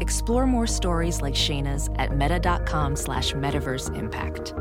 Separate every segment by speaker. Speaker 1: Explore more stories like Shayna's at meta.com slash metaverse impact.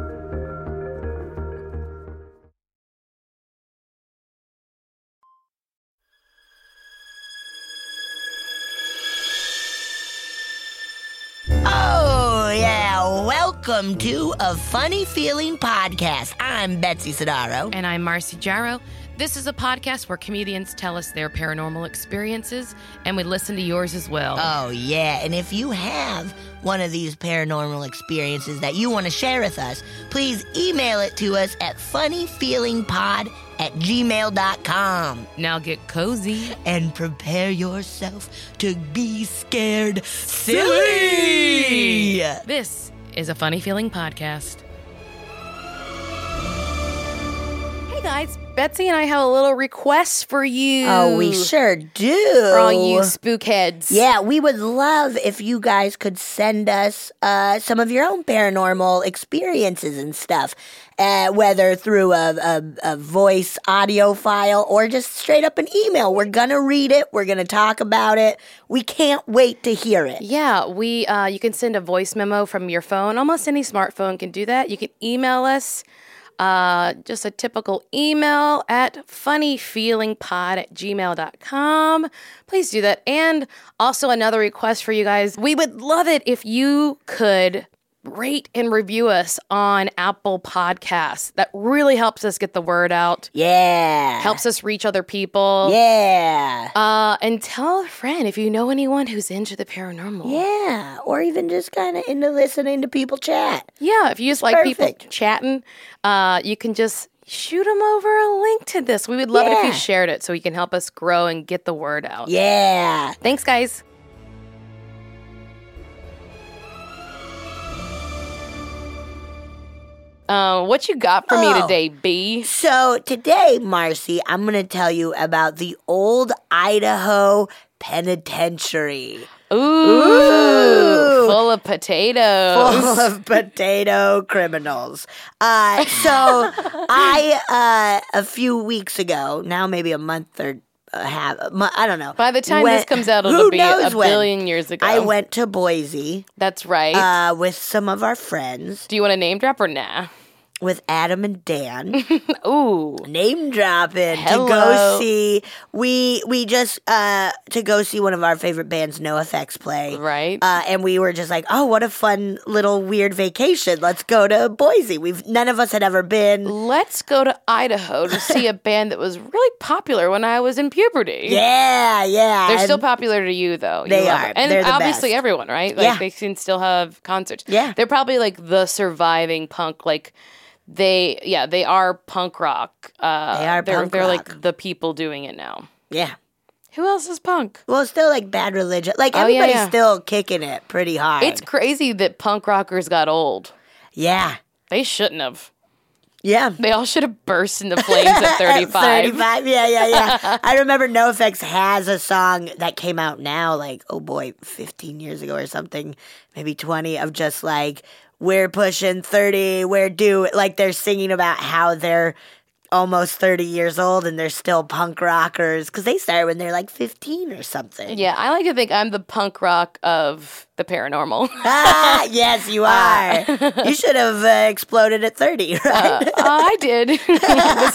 Speaker 2: Oh, yeah. Welcome to a funny feeling podcast. I'm Betsy Sodaro.
Speaker 3: And I'm Marcy Jarro. This is a podcast where comedians tell us their paranormal experiences, and we listen to yours as well.
Speaker 4: Uh.
Speaker 2: Oh, yeah. And if you have one of these paranormal experiences that you want to share with us, please email it to us at funnyfeelingpod at gmail.com.
Speaker 3: now get cozy.
Speaker 2: And prepare yourself to be scared silly.
Speaker 3: This is a funny feeling podcast.
Speaker 4: Hey guys, Betsy and I have a little request for you.
Speaker 2: Oh, we sure do.
Speaker 4: For all you spook heads.
Speaker 2: Yeah, we would love if you guys could send us uh, some of your own paranormal experiences and stuff, uh, whether through a, a, a voice audio file or just straight up an email. We're going to read it, we're going to talk about it. We can't wait to hear it.
Speaker 4: Yeah, we uh, you can send a voice memo from your phone. Almost any smartphone can do that. You can email us. Uh, just a typical email at funnyfeelingpod at gmail.com. Please do that. And also another request for you guys. We would love it if you could rate and review us on Apple Podcasts. That really helps us get the word out.
Speaker 2: Yeah.
Speaker 4: helps us reach other people.
Speaker 2: Yeah.
Speaker 4: Uh, and tell a friend if you know anyone who's into the paranormal.
Speaker 2: Yeah. Or even just kind of into listening to people chat.
Speaker 4: Yeah, if you just like people
Speaker 2: perfect.
Speaker 4: chatting, uh, you can just shoot them over a link to this. We would love it if you
Speaker 2: Yeah.
Speaker 4: shared it so you can help us grow and get the word out.
Speaker 2: Yeah.
Speaker 4: Thanks, guys. Uh, what you got for me
Speaker 2: Oh.
Speaker 4: today, B?
Speaker 2: So today, Marcy, I'm going to tell you about the old Idaho penitentiary.
Speaker 4: Ooh,
Speaker 2: Ooh.
Speaker 4: full of potatoes.
Speaker 2: full of potato criminals. Uh, so I uh, a few weeks ago, now maybe a month or a half, a mo- I don't know.
Speaker 4: By the time
Speaker 2: went-
Speaker 4: this comes out,
Speaker 2: who
Speaker 4: it'll be a
Speaker 2: knows when.
Speaker 4: billion years ago.
Speaker 2: I went to Boise
Speaker 4: That's right.
Speaker 2: uh, with some of our friends,
Speaker 4: Do you want to name drop or nah?
Speaker 2: with Adam and Dan.
Speaker 4: Ooh.
Speaker 2: name dropping to
Speaker 4: Hello.
Speaker 2: go see we we just uh to go see one of our favorite bands no effects play
Speaker 4: Right.
Speaker 2: uh, and we were just like oh what a fun little weird vacation let's go to boise we've none of us had ever been
Speaker 4: Let's go to Idaho to see a band that was really popular when I was in puberty.
Speaker 2: yeah yeah
Speaker 4: They're still
Speaker 2: and-
Speaker 4: popular to you, though. You
Speaker 2: They
Speaker 4: love
Speaker 2: are.
Speaker 4: it. And
Speaker 2: They're the
Speaker 4: obviously
Speaker 2: best.
Speaker 4: everyone, right? Like,
Speaker 2: Yeah.
Speaker 4: they can still have concerts.
Speaker 2: Yeah.
Speaker 4: They're probably like the surviving punk. Like, they, yeah, they are punk rock. Uh,
Speaker 2: They are
Speaker 4: they're,
Speaker 2: punk
Speaker 4: They're
Speaker 2: rock.
Speaker 4: like the people doing it now.
Speaker 2: yeah
Speaker 4: Who else is punk?
Speaker 2: well still like bad religion like
Speaker 4: Oh, yeah,
Speaker 2: everybody's
Speaker 4: yeah.
Speaker 2: still kicking it pretty hard
Speaker 4: It's crazy that punk rockers got old.
Speaker 2: yeah
Speaker 4: They shouldn't have.
Speaker 2: yeah
Speaker 4: They all should have burst into flames at 35.
Speaker 2: 35 yeah yeah yeah i remember nofx has a song that came out now like oh boy 15 years ago or something maybe 20 of just like we're pushing 30 we're due like they're singing about how they're almost 30 years old and they're still punk rockers because they started when they're like 15 or something
Speaker 4: Yeah, I like to think I'm the punk rock of the paranormal.
Speaker 2: ah, yes you are you should have uh, exploded at 30
Speaker 4: Uh,
Speaker 2: right
Speaker 4: I did. this is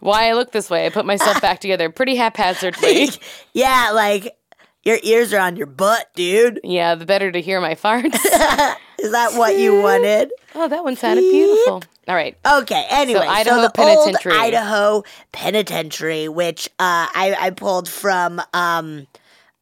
Speaker 4: why I look this way. I put myself back together pretty haphazardly.
Speaker 2: yeah like your ears are on your butt dude
Speaker 4: Yeah, the better to hear my farts.
Speaker 2: is that what you wanted
Speaker 4: Oh, that one sounded beautiful. All right.
Speaker 2: Okay. Anyway, so,
Speaker 4: Idaho
Speaker 2: the
Speaker 4: Penitentiary.
Speaker 2: old Idaho Penitentiary, which uh, I, I pulled from um,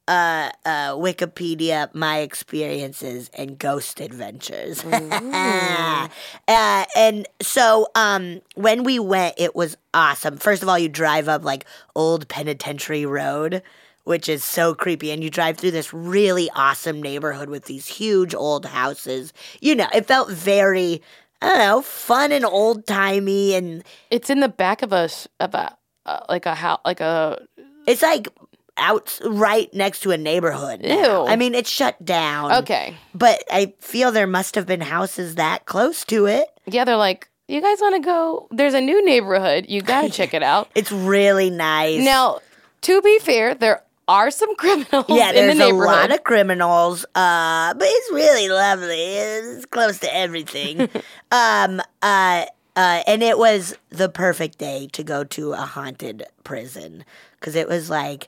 Speaker 2: uh, uh, Wikipedia, my experiences and ghost adventures. uh, and so um, when we went, it was awesome. First of all, you drive up like old Penitentiary Road. which is so creepy. And you drive through this really awesome neighborhood with these huge old houses. You know, it felt very, I don't know, fun and old timey. And
Speaker 4: It's in the back of a s- of a uh, like a house like a
Speaker 2: it's like out right next to a neighborhood. now.
Speaker 4: Ew.
Speaker 2: I mean, it's shut down.
Speaker 4: okay.
Speaker 2: But I feel there must have been houses that close to it.
Speaker 4: Yeah, they're like, you guys want to go? There's a new neighborhood. You gotta check it out.
Speaker 2: It's really nice.
Speaker 4: Now, to be fair, there are some criminals
Speaker 2: yeah,
Speaker 4: in the
Speaker 2: there's a
Speaker 4: neighborhood.
Speaker 2: lot of criminals, uh, but it's really lovely. It's close to everything. um, uh, uh, and it was the perfect day to go to a haunted prison because it was like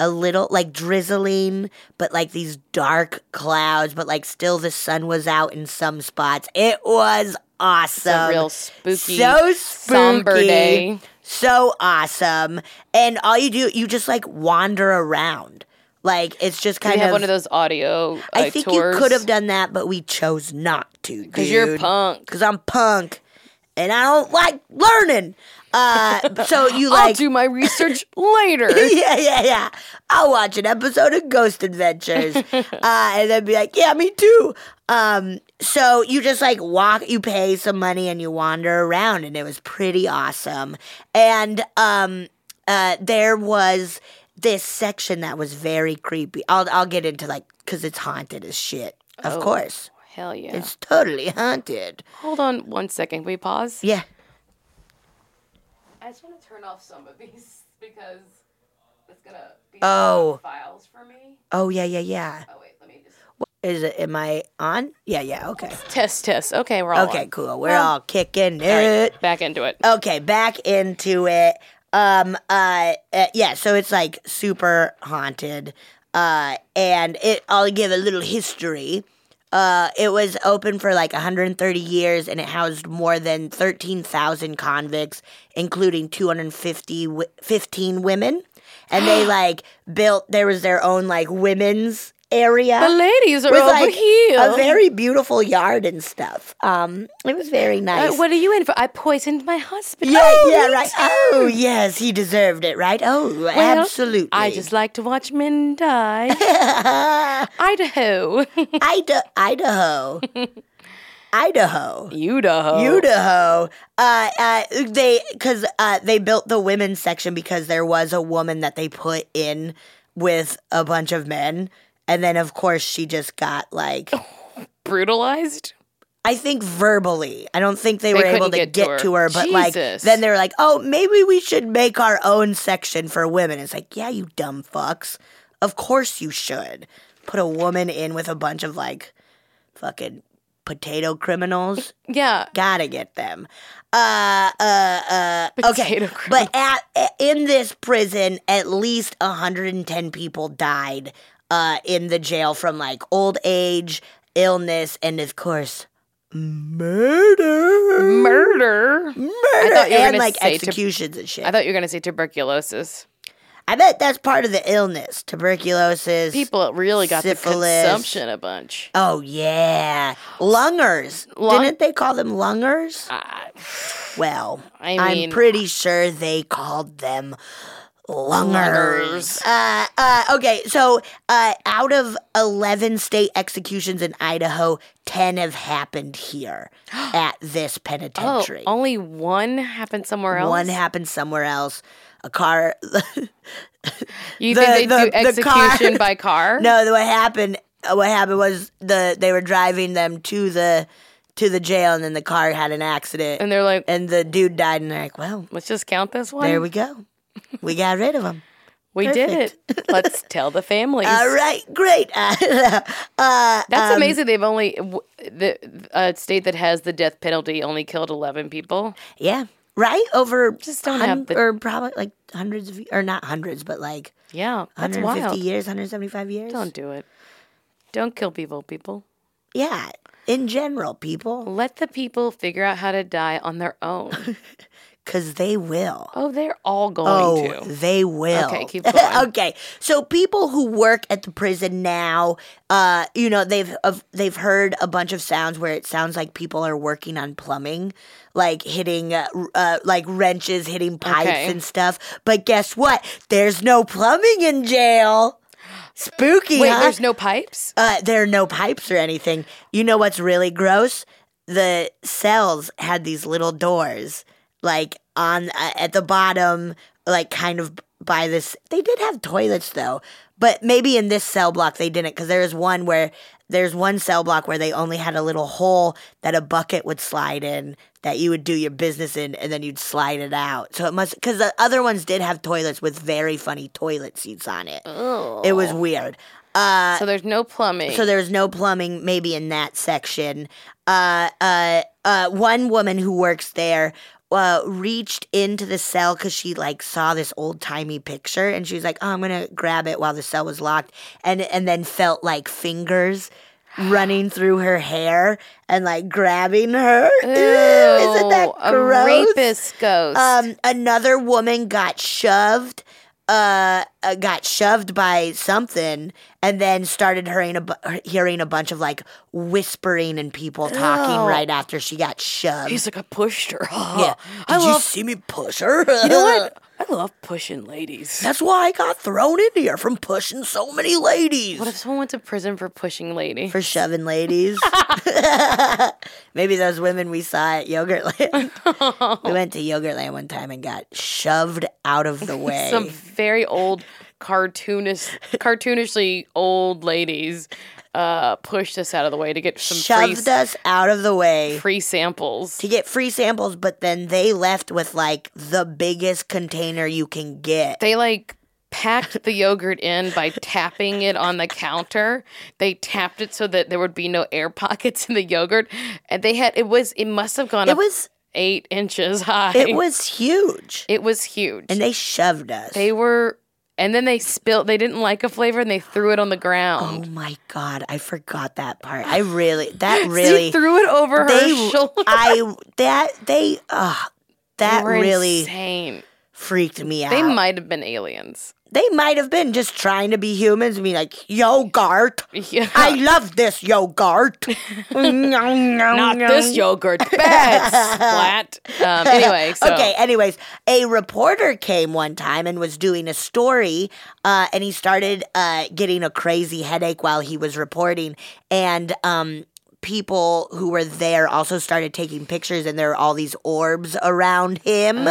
Speaker 2: a little like drizzling, but like these dark clouds, but like still the sun was out in some spots. It was awesome.
Speaker 4: real spooky,
Speaker 2: so spooky,
Speaker 4: somber day.
Speaker 2: So awesome. And all you do, you just like wander around. Like it's just
Speaker 4: Did
Speaker 2: kind
Speaker 4: you have
Speaker 2: of.
Speaker 4: one of those audio.
Speaker 2: I
Speaker 4: uh,
Speaker 2: think
Speaker 4: tours?
Speaker 2: you could have done that, but we chose not to. Because
Speaker 4: you're punk.
Speaker 2: Because I'm punk, and I don't like learning. Uh, so you like
Speaker 4: I'll do my research later.
Speaker 2: yeah, yeah, yeah. I'll watch an episode of Ghost Adventures, uh, and then be like, yeah, me too. Um, so you just like walk, you pay some money, and you wander around, and it was pretty awesome. And um, uh, there was this section that was very creepy. I'll I'll get into like because it's haunted as shit. Of course,
Speaker 4: Hell yeah.
Speaker 2: it's totally haunted.
Speaker 4: Hold on one second. Can we pause?
Speaker 2: Yeah.
Speaker 4: I just want to turn off some of these because it's gonna be
Speaker 2: Oh.
Speaker 4: files for me.
Speaker 2: Oh yeah, yeah, yeah.
Speaker 4: Oh wait, let me just
Speaker 2: Is it? Am I on? Yeah, yeah. Okay.
Speaker 4: test test. Okay, we're all
Speaker 2: Okay, Uh,
Speaker 4: on.
Speaker 2: cool. We're all kicking it.
Speaker 4: back into it.
Speaker 2: Okay, back into it. Um uh, uh yeah, so it's like super haunted. Uh and it I'll give a little history. Uh it was open for like 130 years and it housed more than 13,000 convicts including 250 wi- 15 women and they like built there was their own like women's area
Speaker 4: the ladies are
Speaker 2: with
Speaker 4: over
Speaker 2: like
Speaker 4: here.
Speaker 2: a very beautiful yard and stuff. Um, it was very
Speaker 4: Uh,
Speaker 2: nice.
Speaker 4: what are you in for? I poisoned my husband.
Speaker 2: Yeah,
Speaker 4: Oh,
Speaker 2: yeah,
Speaker 4: me
Speaker 2: right.
Speaker 4: too.
Speaker 2: Oh, yes, he deserved it, right? Oh,
Speaker 4: Well,
Speaker 2: absolutely.
Speaker 4: I just like to watch men die. Idaho.
Speaker 2: Ida- Idaho, Idaho,
Speaker 4: Idaho.
Speaker 2: Idaho. Uh, uh, they because uh, they built the women's section because there was a woman that they put in with a bunch of men, and then of course she just got like.
Speaker 4: Brutalized.
Speaker 2: I think verbally. I don't think they,
Speaker 4: They
Speaker 2: were able
Speaker 4: couldn't
Speaker 2: to
Speaker 4: get
Speaker 2: get,
Speaker 4: to her.
Speaker 2: to her, but like
Speaker 4: Jesus.
Speaker 2: then they were like, "Oh, maybe we should make our own section for women." It's like, "Yeah, you dumb fucks. Of course you should. Put a woman in with a bunch of like fucking potato criminals.
Speaker 4: Yeah.
Speaker 2: Got to get them." Uh uh uh okay.
Speaker 4: Potato
Speaker 2: But at, in this prison, at least 110 people died uh, in the jail from like old age, illness, and of course, murder.
Speaker 4: Murder.
Speaker 2: Murder.
Speaker 4: Mm. thought you were
Speaker 2: and
Speaker 4: gonna
Speaker 2: like
Speaker 4: say to-
Speaker 2: executions and shit.
Speaker 4: I thought you were going to say tuberculosis.
Speaker 2: I bet that's part of the illness, tuberculosis.
Speaker 4: People really got
Speaker 2: Syphilis.
Speaker 4: the consumption a bunch.
Speaker 2: Oh yeah, lungers.
Speaker 4: Lung-
Speaker 2: Didn't they call them lungers?
Speaker 4: I-
Speaker 2: Well,
Speaker 4: I mean-
Speaker 2: am pretty sure they called them lungers. Uh, uh, okay, so uh, out of 11 state executions in Idaho, 10 have happened here at this
Speaker 4: oh,
Speaker 2: penitentiary.
Speaker 4: only one happened somewhere else.
Speaker 2: One happened somewhere else. A car.
Speaker 4: You
Speaker 2: The-
Speaker 4: think they
Speaker 2: the-
Speaker 4: do
Speaker 2: the car-
Speaker 4: execution by car?
Speaker 2: No, what happened? uh, What happened was the they were driving them to the to the jail, and then the car had an accident,
Speaker 4: And they're like,
Speaker 2: and the dude died, and they're like, "Well,
Speaker 4: let's just count this one.
Speaker 2: there we go, we got rid of him."
Speaker 4: we did it. Let's tell the families.
Speaker 2: All right, great. uh,
Speaker 4: That's amazing. They've only w- the a state that has the death penalty only killed eleven people.
Speaker 2: yeah, right over
Speaker 4: Just don't have the-
Speaker 2: or probably like hundreds of or not hundreds, but like
Speaker 4: Yeah, that's
Speaker 2: 150
Speaker 4: wild.
Speaker 2: years, 175 years.
Speaker 4: Don't do it. Don't kill people, people.
Speaker 2: Yeah, in general, people.
Speaker 4: Let the people figure out how to die on their own.
Speaker 2: because they will.
Speaker 4: Oh, they're all going
Speaker 2: Oh,
Speaker 4: to.
Speaker 2: they will.
Speaker 4: Okay, keep going.
Speaker 2: okay, so people who work at the prison now, uh, you know, they've of they've heard a bunch of sounds where it sounds like people are working on plumbing, like hitting uh, r- uh, like wrenches, hitting pipes
Speaker 4: Okay.
Speaker 2: and stuff. But guess what? There's no plumbing in jail. Spooky.
Speaker 4: Wait,
Speaker 2: huh?
Speaker 4: there's no pipes?
Speaker 2: Uh, there are no pipes or anything. You know what's really gross? The cells had these little doors, like on uh, at the bottom, like kind of by this. They did have toilets though, but maybe in this cell block they didn't, because there is one where there's one cell block where they only had a little hole that a bucket would slide in that you would do your business in, and then you'd slide it out. So it must, because the other ones did have toilets with very funny toilet seats on it. It was weird. Uh,
Speaker 4: so there's no plumbing.
Speaker 2: so there's no plumbing, maybe in that section. Uh, uh, uh, one woman who works there uh, reached into the cell because she like saw this old timey picture, and she was like, "Oh, I'm gonna grab it while the cell was locked," and and then felt like fingers running through her hair and like grabbing her. Ew, isn't that
Speaker 4: Ew,
Speaker 2: gross?
Speaker 4: A rapist ghost.
Speaker 2: Um, another woman got shoved, uh, uh, got shoved by something, and then started hearing a bu- hearing a bunch of like whispering and people talking right after she got shoved.
Speaker 5: He's like, I pushed her.
Speaker 2: yeah,
Speaker 5: I
Speaker 2: did you
Speaker 5: love,
Speaker 2: see me push her?
Speaker 5: you know what? I love pushing ladies.
Speaker 2: That's why I got thrown in here from pushing so many ladies.
Speaker 4: what if someone went to prison for pushing lady?
Speaker 2: for shoving ladies. Maybe those women we saw at Yogurtland. we went to Yogurtland one time and got shoved out of the way.
Speaker 4: Some very old cartoonist, cartoonishly old ladies uh, pushed us out of the way to get some free,
Speaker 2: shoved us out of the way
Speaker 4: free samples.
Speaker 2: to get free samples, but then they left with like the biggest container you can get.
Speaker 4: They like packed the yogurt in by tapping it on the counter. They tapped it so that there would be no air pockets in the yogurt, and they had it was it must have gone
Speaker 2: it
Speaker 4: up
Speaker 2: was
Speaker 4: eight inches high.
Speaker 2: it was huge,
Speaker 4: it was huge.
Speaker 2: and they shoved us.
Speaker 4: They were, and then they spilled. They didn't like a flavor, and they threw it on the
Speaker 2: oh
Speaker 4: ground.
Speaker 2: my god, I forgot that part. I really that Oh, really
Speaker 4: they threw it over her
Speaker 2: they
Speaker 4: shoulder.
Speaker 2: I that they uh, that
Speaker 4: They were
Speaker 2: really
Speaker 4: insane.
Speaker 2: freaked me out.
Speaker 4: They might have been aliens.
Speaker 2: they might have been just trying to be humans and be like yogurt.
Speaker 4: Yeah.
Speaker 2: I love this yogurt. Not
Speaker 5: Not this yogurt. Bad. Splat.
Speaker 4: Um, anyway, so
Speaker 2: Okay, anyways, a reporter came one time and was doing a story, uh, and he started uh, getting a crazy headache while he was reporting. And um, people who were there also started taking pictures, and there were all these orbs around him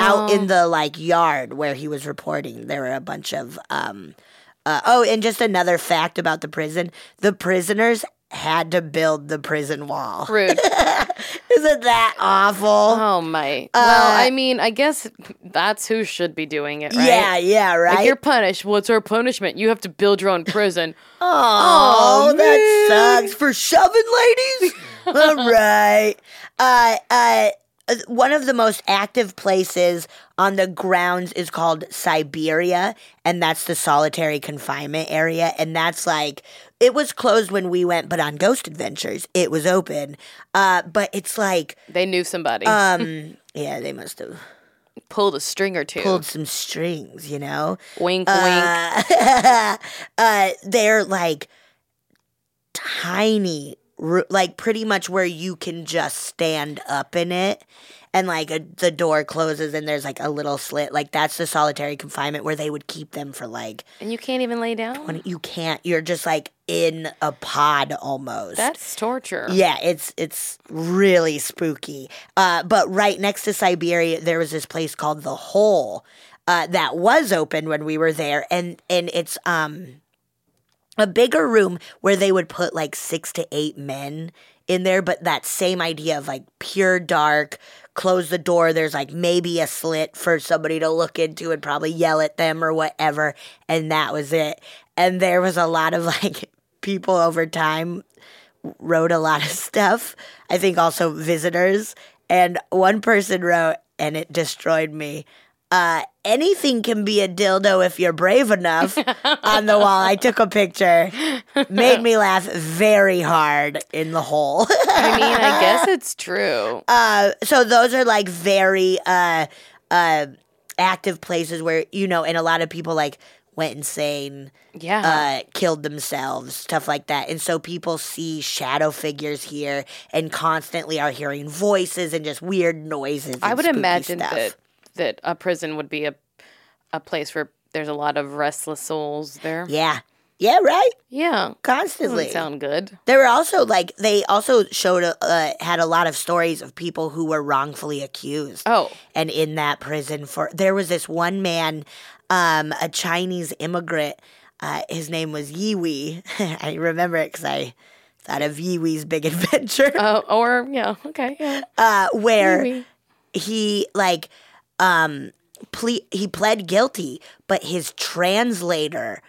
Speaker 2: out
Speaker 4: Oh.
Speaker 2: in the like yard where he was reporting. There were a bunch of. Um, uh, oh, and just another fact about the prison the prisoners had to build the prison wall.
Speaker 4: rude.
Speaker 2: Isn't that awful?
Speaker 4: Oh my.
Speaker 2: Uh,
Speaker 4: well, I mean, I guess that's who should be doing it, right?
Speaker 2: Yeah, yeah, right.
Speaker 4: Like you're punished. What's our punishment? You have to build your own prison.
Speaker 2: Oh, that sucks for shoving ladies. All right. Uh, uh, one of the most active places on the grounds is called Siberia, and that's the solitary confinement area. And that's like, it was closed when we went, but on Ghost Adventures, it was open. Uh, but it's like,
Speaker 4: they knew somebody
Speaker 2: um, yeah, they must have
Speaker 4: pulled a string or two.
Speaker 2: pulled some strings, you know?
Speaker 4: wink, wink.
Speaker 2: Uh, uh, they're like tiny, ru- like pretty much where you can just stand up in it. And like a, the door closes and there's like a little slit. Like that's the solitary confinement where they would keep them for like
Speaker 4: And you can't even lay down.
Speaker 2: when you can't, you're just like in a pod almost.
Speaker 4: That's torture.
Speaker 2: Yeah, it's it's really spooky. Uh, but right next to Siberia, there was this place called the Hole uh, that was open when we were there, and and it's um a bigger room where they would put like six to eight men in there. But that same idea of like pure dark, close the door. There's like maybe a slit for somebody to look into and probably yell at them or whatever, and that was it. And there was a lot of like people over time wrote a lot of stuff. I think also visitors. And one person wrote, and it destroyed me. uh, anything can be a dildo if you're brave enough on the wall. I took a picture, made me laugh very hard in the hole.
Speaker 4: I mean, I guess it's true.
Speaker 2: uh, so those are like very uh, uh, active places where, you know, and a lot of people like went insane
Speaker 4: Yeah.
Speaker 2: uh, killed themselves, stuff like that. And so people see shadow figures here and constantly are hearing voices and just weird noises.
Speaker 4: I
Speaker 2: and
Speaker 4: would
Speaker 2: spooky
Speaker 4: imagine
Speaker 2: stuff.
Speaker 4: that that a prison would be a a place where there's a lot of restless souls there.
Speaker 2: Yeah. Yeah, right?
Speaker 4: Yeah.
Speaker 2: Constantly.
Speaker 4: Doesn't sound good.
Speaker 2: There were also like they also showed a, uh, had a lot of stories of people who were wrongfully accused.
Speaker 4: Oh.
Speaker 2: and in that prison for there was this one man, um, a Chinese immigrant. Uh, his name was Yi Wei. I remember it because I thought of Yi Wei's Big Adventure,
Speaker 4: Oh, or yeah, okay, yeah.
Speaker 2: uh, where
Speaker 4: Maybe.
Speaker 2: he like um ple- he pled guilty but his translator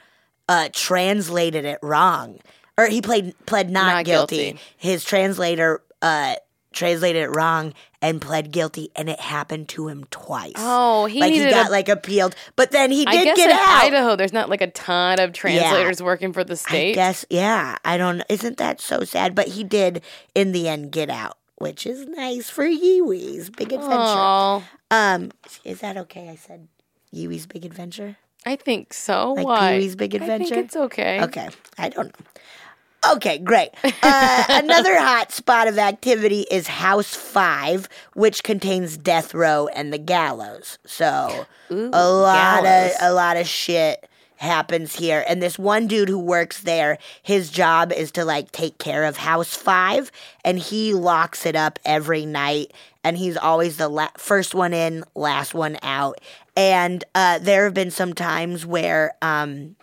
Speaker 2: uh translated it wrong or he played pled not,
Speaker 4: Not
Speaker 2: guilty.
Speaker 4: guilty.
Speaker 2: his translator uh translated it wrong and pled guilty and it happened to him twice
Speaker 4: Oh, he
Speaker 2: like
Speaker 4: needed
Speaker 2: he got
Speaker 4: a,
Speaker 2: like appealed but then he
Speaker 4: I
Speaker 2: did
Speaker 4: guess
Speaker 2: get
Speaker 4: in
Speaker 2: out
Speaker 4: Idaho there's not like a ton of translators working for the
Speaker 2: I
Speaker 4: state.
Speaker 2: guess yeah i don't isn't that so sad but he did in the end get out which is nice for Yeewee's big adventure
Speaker 4: Oh,
Speaker 2: Um, is that okay? I said Yui's Big Adventure.
Speaker 4: I think so.
Speaker 2: Like
Speaker 4: Why?
Speaker 2: Pee-wee's Big
Speaker 4: I
Speaker 2: Adventure?
Speaker 4: think it's okay.
Speaker 2: Okay, I don't know. Okay, great. Uh, another hot spot of activity is House Five, which contains death row and the gallows. So a lot
Speaker 4: gallows.
Speaker 2: of a lot of shit happens here. And this one dude who works there, his job is to like take care of House Five, and he locks it up every night. And he's always the la- first one in, last one out. And uh, there have been some times where. Um,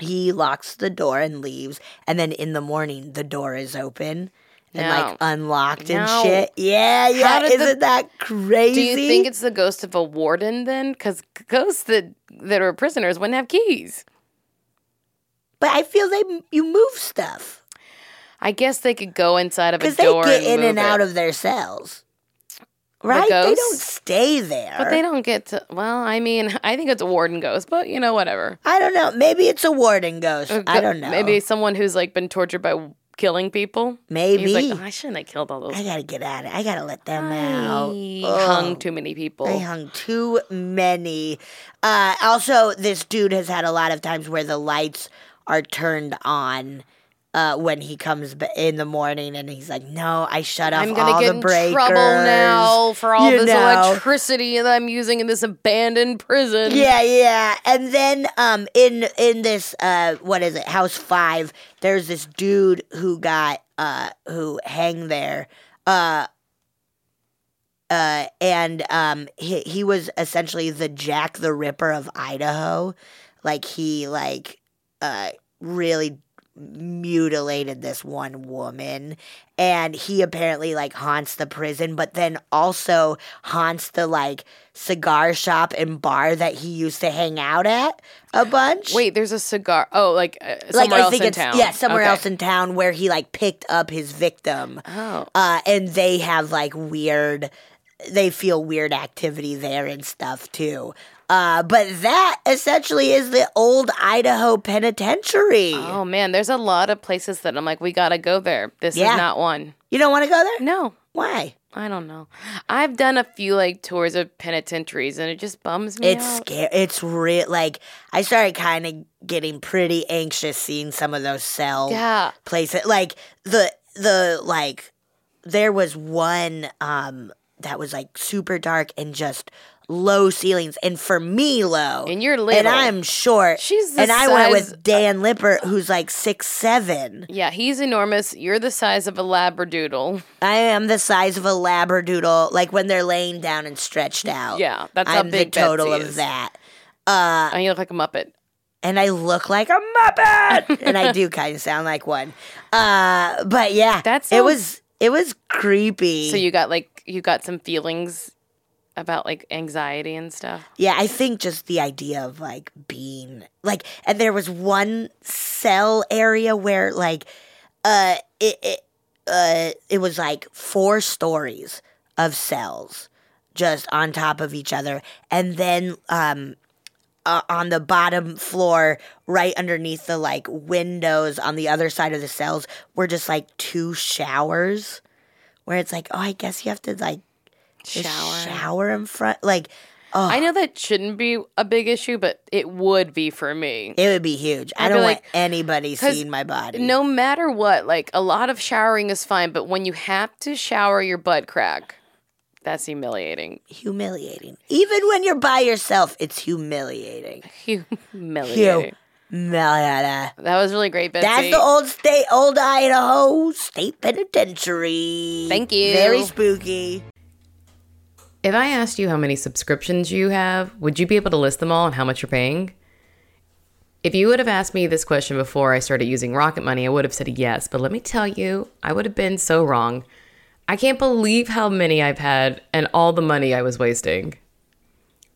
Speaker 2: he locks the door and leaves and then in the morning the door is open and like
Speaker 4: No.
Speaker 2: unlocked and
Speaker 4: No.
Speaker 2: shit yeah yeah
Speaker 4: did the-
Speaker 2: isn't that crazy
Speaker 4: Do you think it's the ghost of a warden then? Because ghosts that that are prisoners wouldn't have keys.
Speaker 2: but i feel they you move stuff
Speaker 4: I guess they could go inside of a
Speaker 2: because they
Speaker 4: door
Speaker 2: get in
Speaker 4: move
Speaker 2: and out
Speaker 4: it.
Speaker 2: of their cells right they don't
Speaker 4: ghosts?
Speaker 2: stay there
Speaker 4: But they don't get to. Well, I mean, I think it's a warden ghost, but you know, whatever. Uh,
Speaker 2: i don't know maybe it's a warden ghost i don't know
Speaker 4: Maybe someone who's like been tortured by killing people.
Speaker 2: maybe
Speaker 4: He's like, "Oh, I shouldn't have killed all those.
Speaker 2: i gotta get out of it i gotta let them out
Speaker 4: I
Speaker 2: Ugh.
Speaker 4: hung too many people.
Speaker 2: I hung too many. Uh, also, this dude has had a lot of times where the lights are turned on uh, when he comes b- in the morning, and he's like, "No, I shut off
Speaker 4: I'm gonna
Speaker 2: all
Speaker 4: get
Speaker 2: the
Speaker 4: in
Speaker 2: breakers."
Speaker 4: trouble now for all
Speaker 2: you
Speaker 4: this
Speaker 2: know.
Speaker 4: electricity that I'm using in this abandoned prison.
Speaker 2: Yeah, yeah. And then um in in this uh what is it, house five, there's this dude who got uh who hang there. Uh uh, and um, he he was essentially the Jack the Ripper of Idaho, like he like uh really mutilated this one woman and he apparently like haunts the prison but then also haunts the like cigar shop and bar that he used to hang out at a bunch
Speaker 4: Wait, there's a cigar. Oh, like uh, somewhere else in town.
Speaker 2: yeah somewhere
Speaker 4: Okay.
Speaker 2: else in town where he like picked up his victim
Speaker 4: Oh,
Speaker 2: uh, and they have like weird they feel weird activity there and stuff too uh, but that essentially is the old Idaho penitentiary.
Speaker 4: oh man, there's a lot of places that I'm like, we gotta go there. This
Speaker 2: Yeah.
Speaker 4: is not one.
Speaker 2: You don't want to go there?
Speaker 4: No,
Speaker 2: Why?
Speaker 4: I don't know. I've done a few like tours of penitentiaries, and it just bums me
Speaker 2: It's
Speaker 4: out.
Speaker 2: scary. It's real. Like I started kind of getting pretty anxious seeing some of those cell
Speaker 4: Yeah.
Speaker 2: places. Like the the like there was one um that was like super dark and just low ceilings, and for me low.
Speaker 4: And you're little.
Speaker 2: And I'm short.
Speaker 4: She's the
Speaker 2: and I went
Speaker 4: size- uh,
Speaker 2: with Dan Lipper, who's like six seven.
Speaker 4: Yeah, he's enormous. You're the size of a labradoodle.
Speaker 2: I am the size of a labradoodle. Like when they're laying down and stretched out.
Speaker 4: Yeah, that's how
Speaker 2: Oh, I'm
Speaker 4: big
Speaker 2: the total
Speaker 4: Betsy
Speaker 2: of
Speaker 4: is.
Speaker 2: that.
Speaker 4: And you look like a muppet.
Speaker 2: and I look like a muppet, and I do kind of sound like one. Uh, but yeah,
Speaker 4: That
Speaker 2: it
Speaker 4: sounds-
Speaker 2: was it was creepy.
Speaker 4: So you got like you got some feelings about like anxiety and stuff.
Speaker 2: yeah, I think just the idea of like being like, and there was one cell area where like, uh, it it uh, it was like four stories of cells just on top of each other. And then um, uh, on the bottom floor, right underneath the like windows on the other side of the cells, were just like two showers where it's like, oh, I guess you have to like just
Speaker 6: Shower.
Speaker 2: shower in front. Like, oh,
Speaker 6: I know that shouldn't be a big issue, but it would be for me.
Speaker 2: it would be huge. I
Speaker 6: I'd be
Speaker 2: don't want
Speaker 6: like-
Speaker 2: anybody
Speaker 6: 'cause
Speaker 2: seeing my body.
Speaker 6: No matter what, like a lot of showering is fine, but when you have to shower your butt crack, that's humiliating.
Speaker 2: humiliating. Even when you're by yourself, it's humiliating.
Speaker 6: Humiliating.
Speaker 2: Humiliating.
Speaker 6: That was really great, Betsy.
Speaker 2: That's the old state, old Idaho state penitentiary.
Speaker 6: Thank you.
Speaker 2: Very spooky.
Speaker 4: If I asked you how many subscriptions you have, would you be able to list them all and how much you're paying? If you would have asked me this question before I started using Rocket Money, I would have said yes. But let me tell you, I would have been so wrong. I can't believe how many I've had and all the money I was wasting.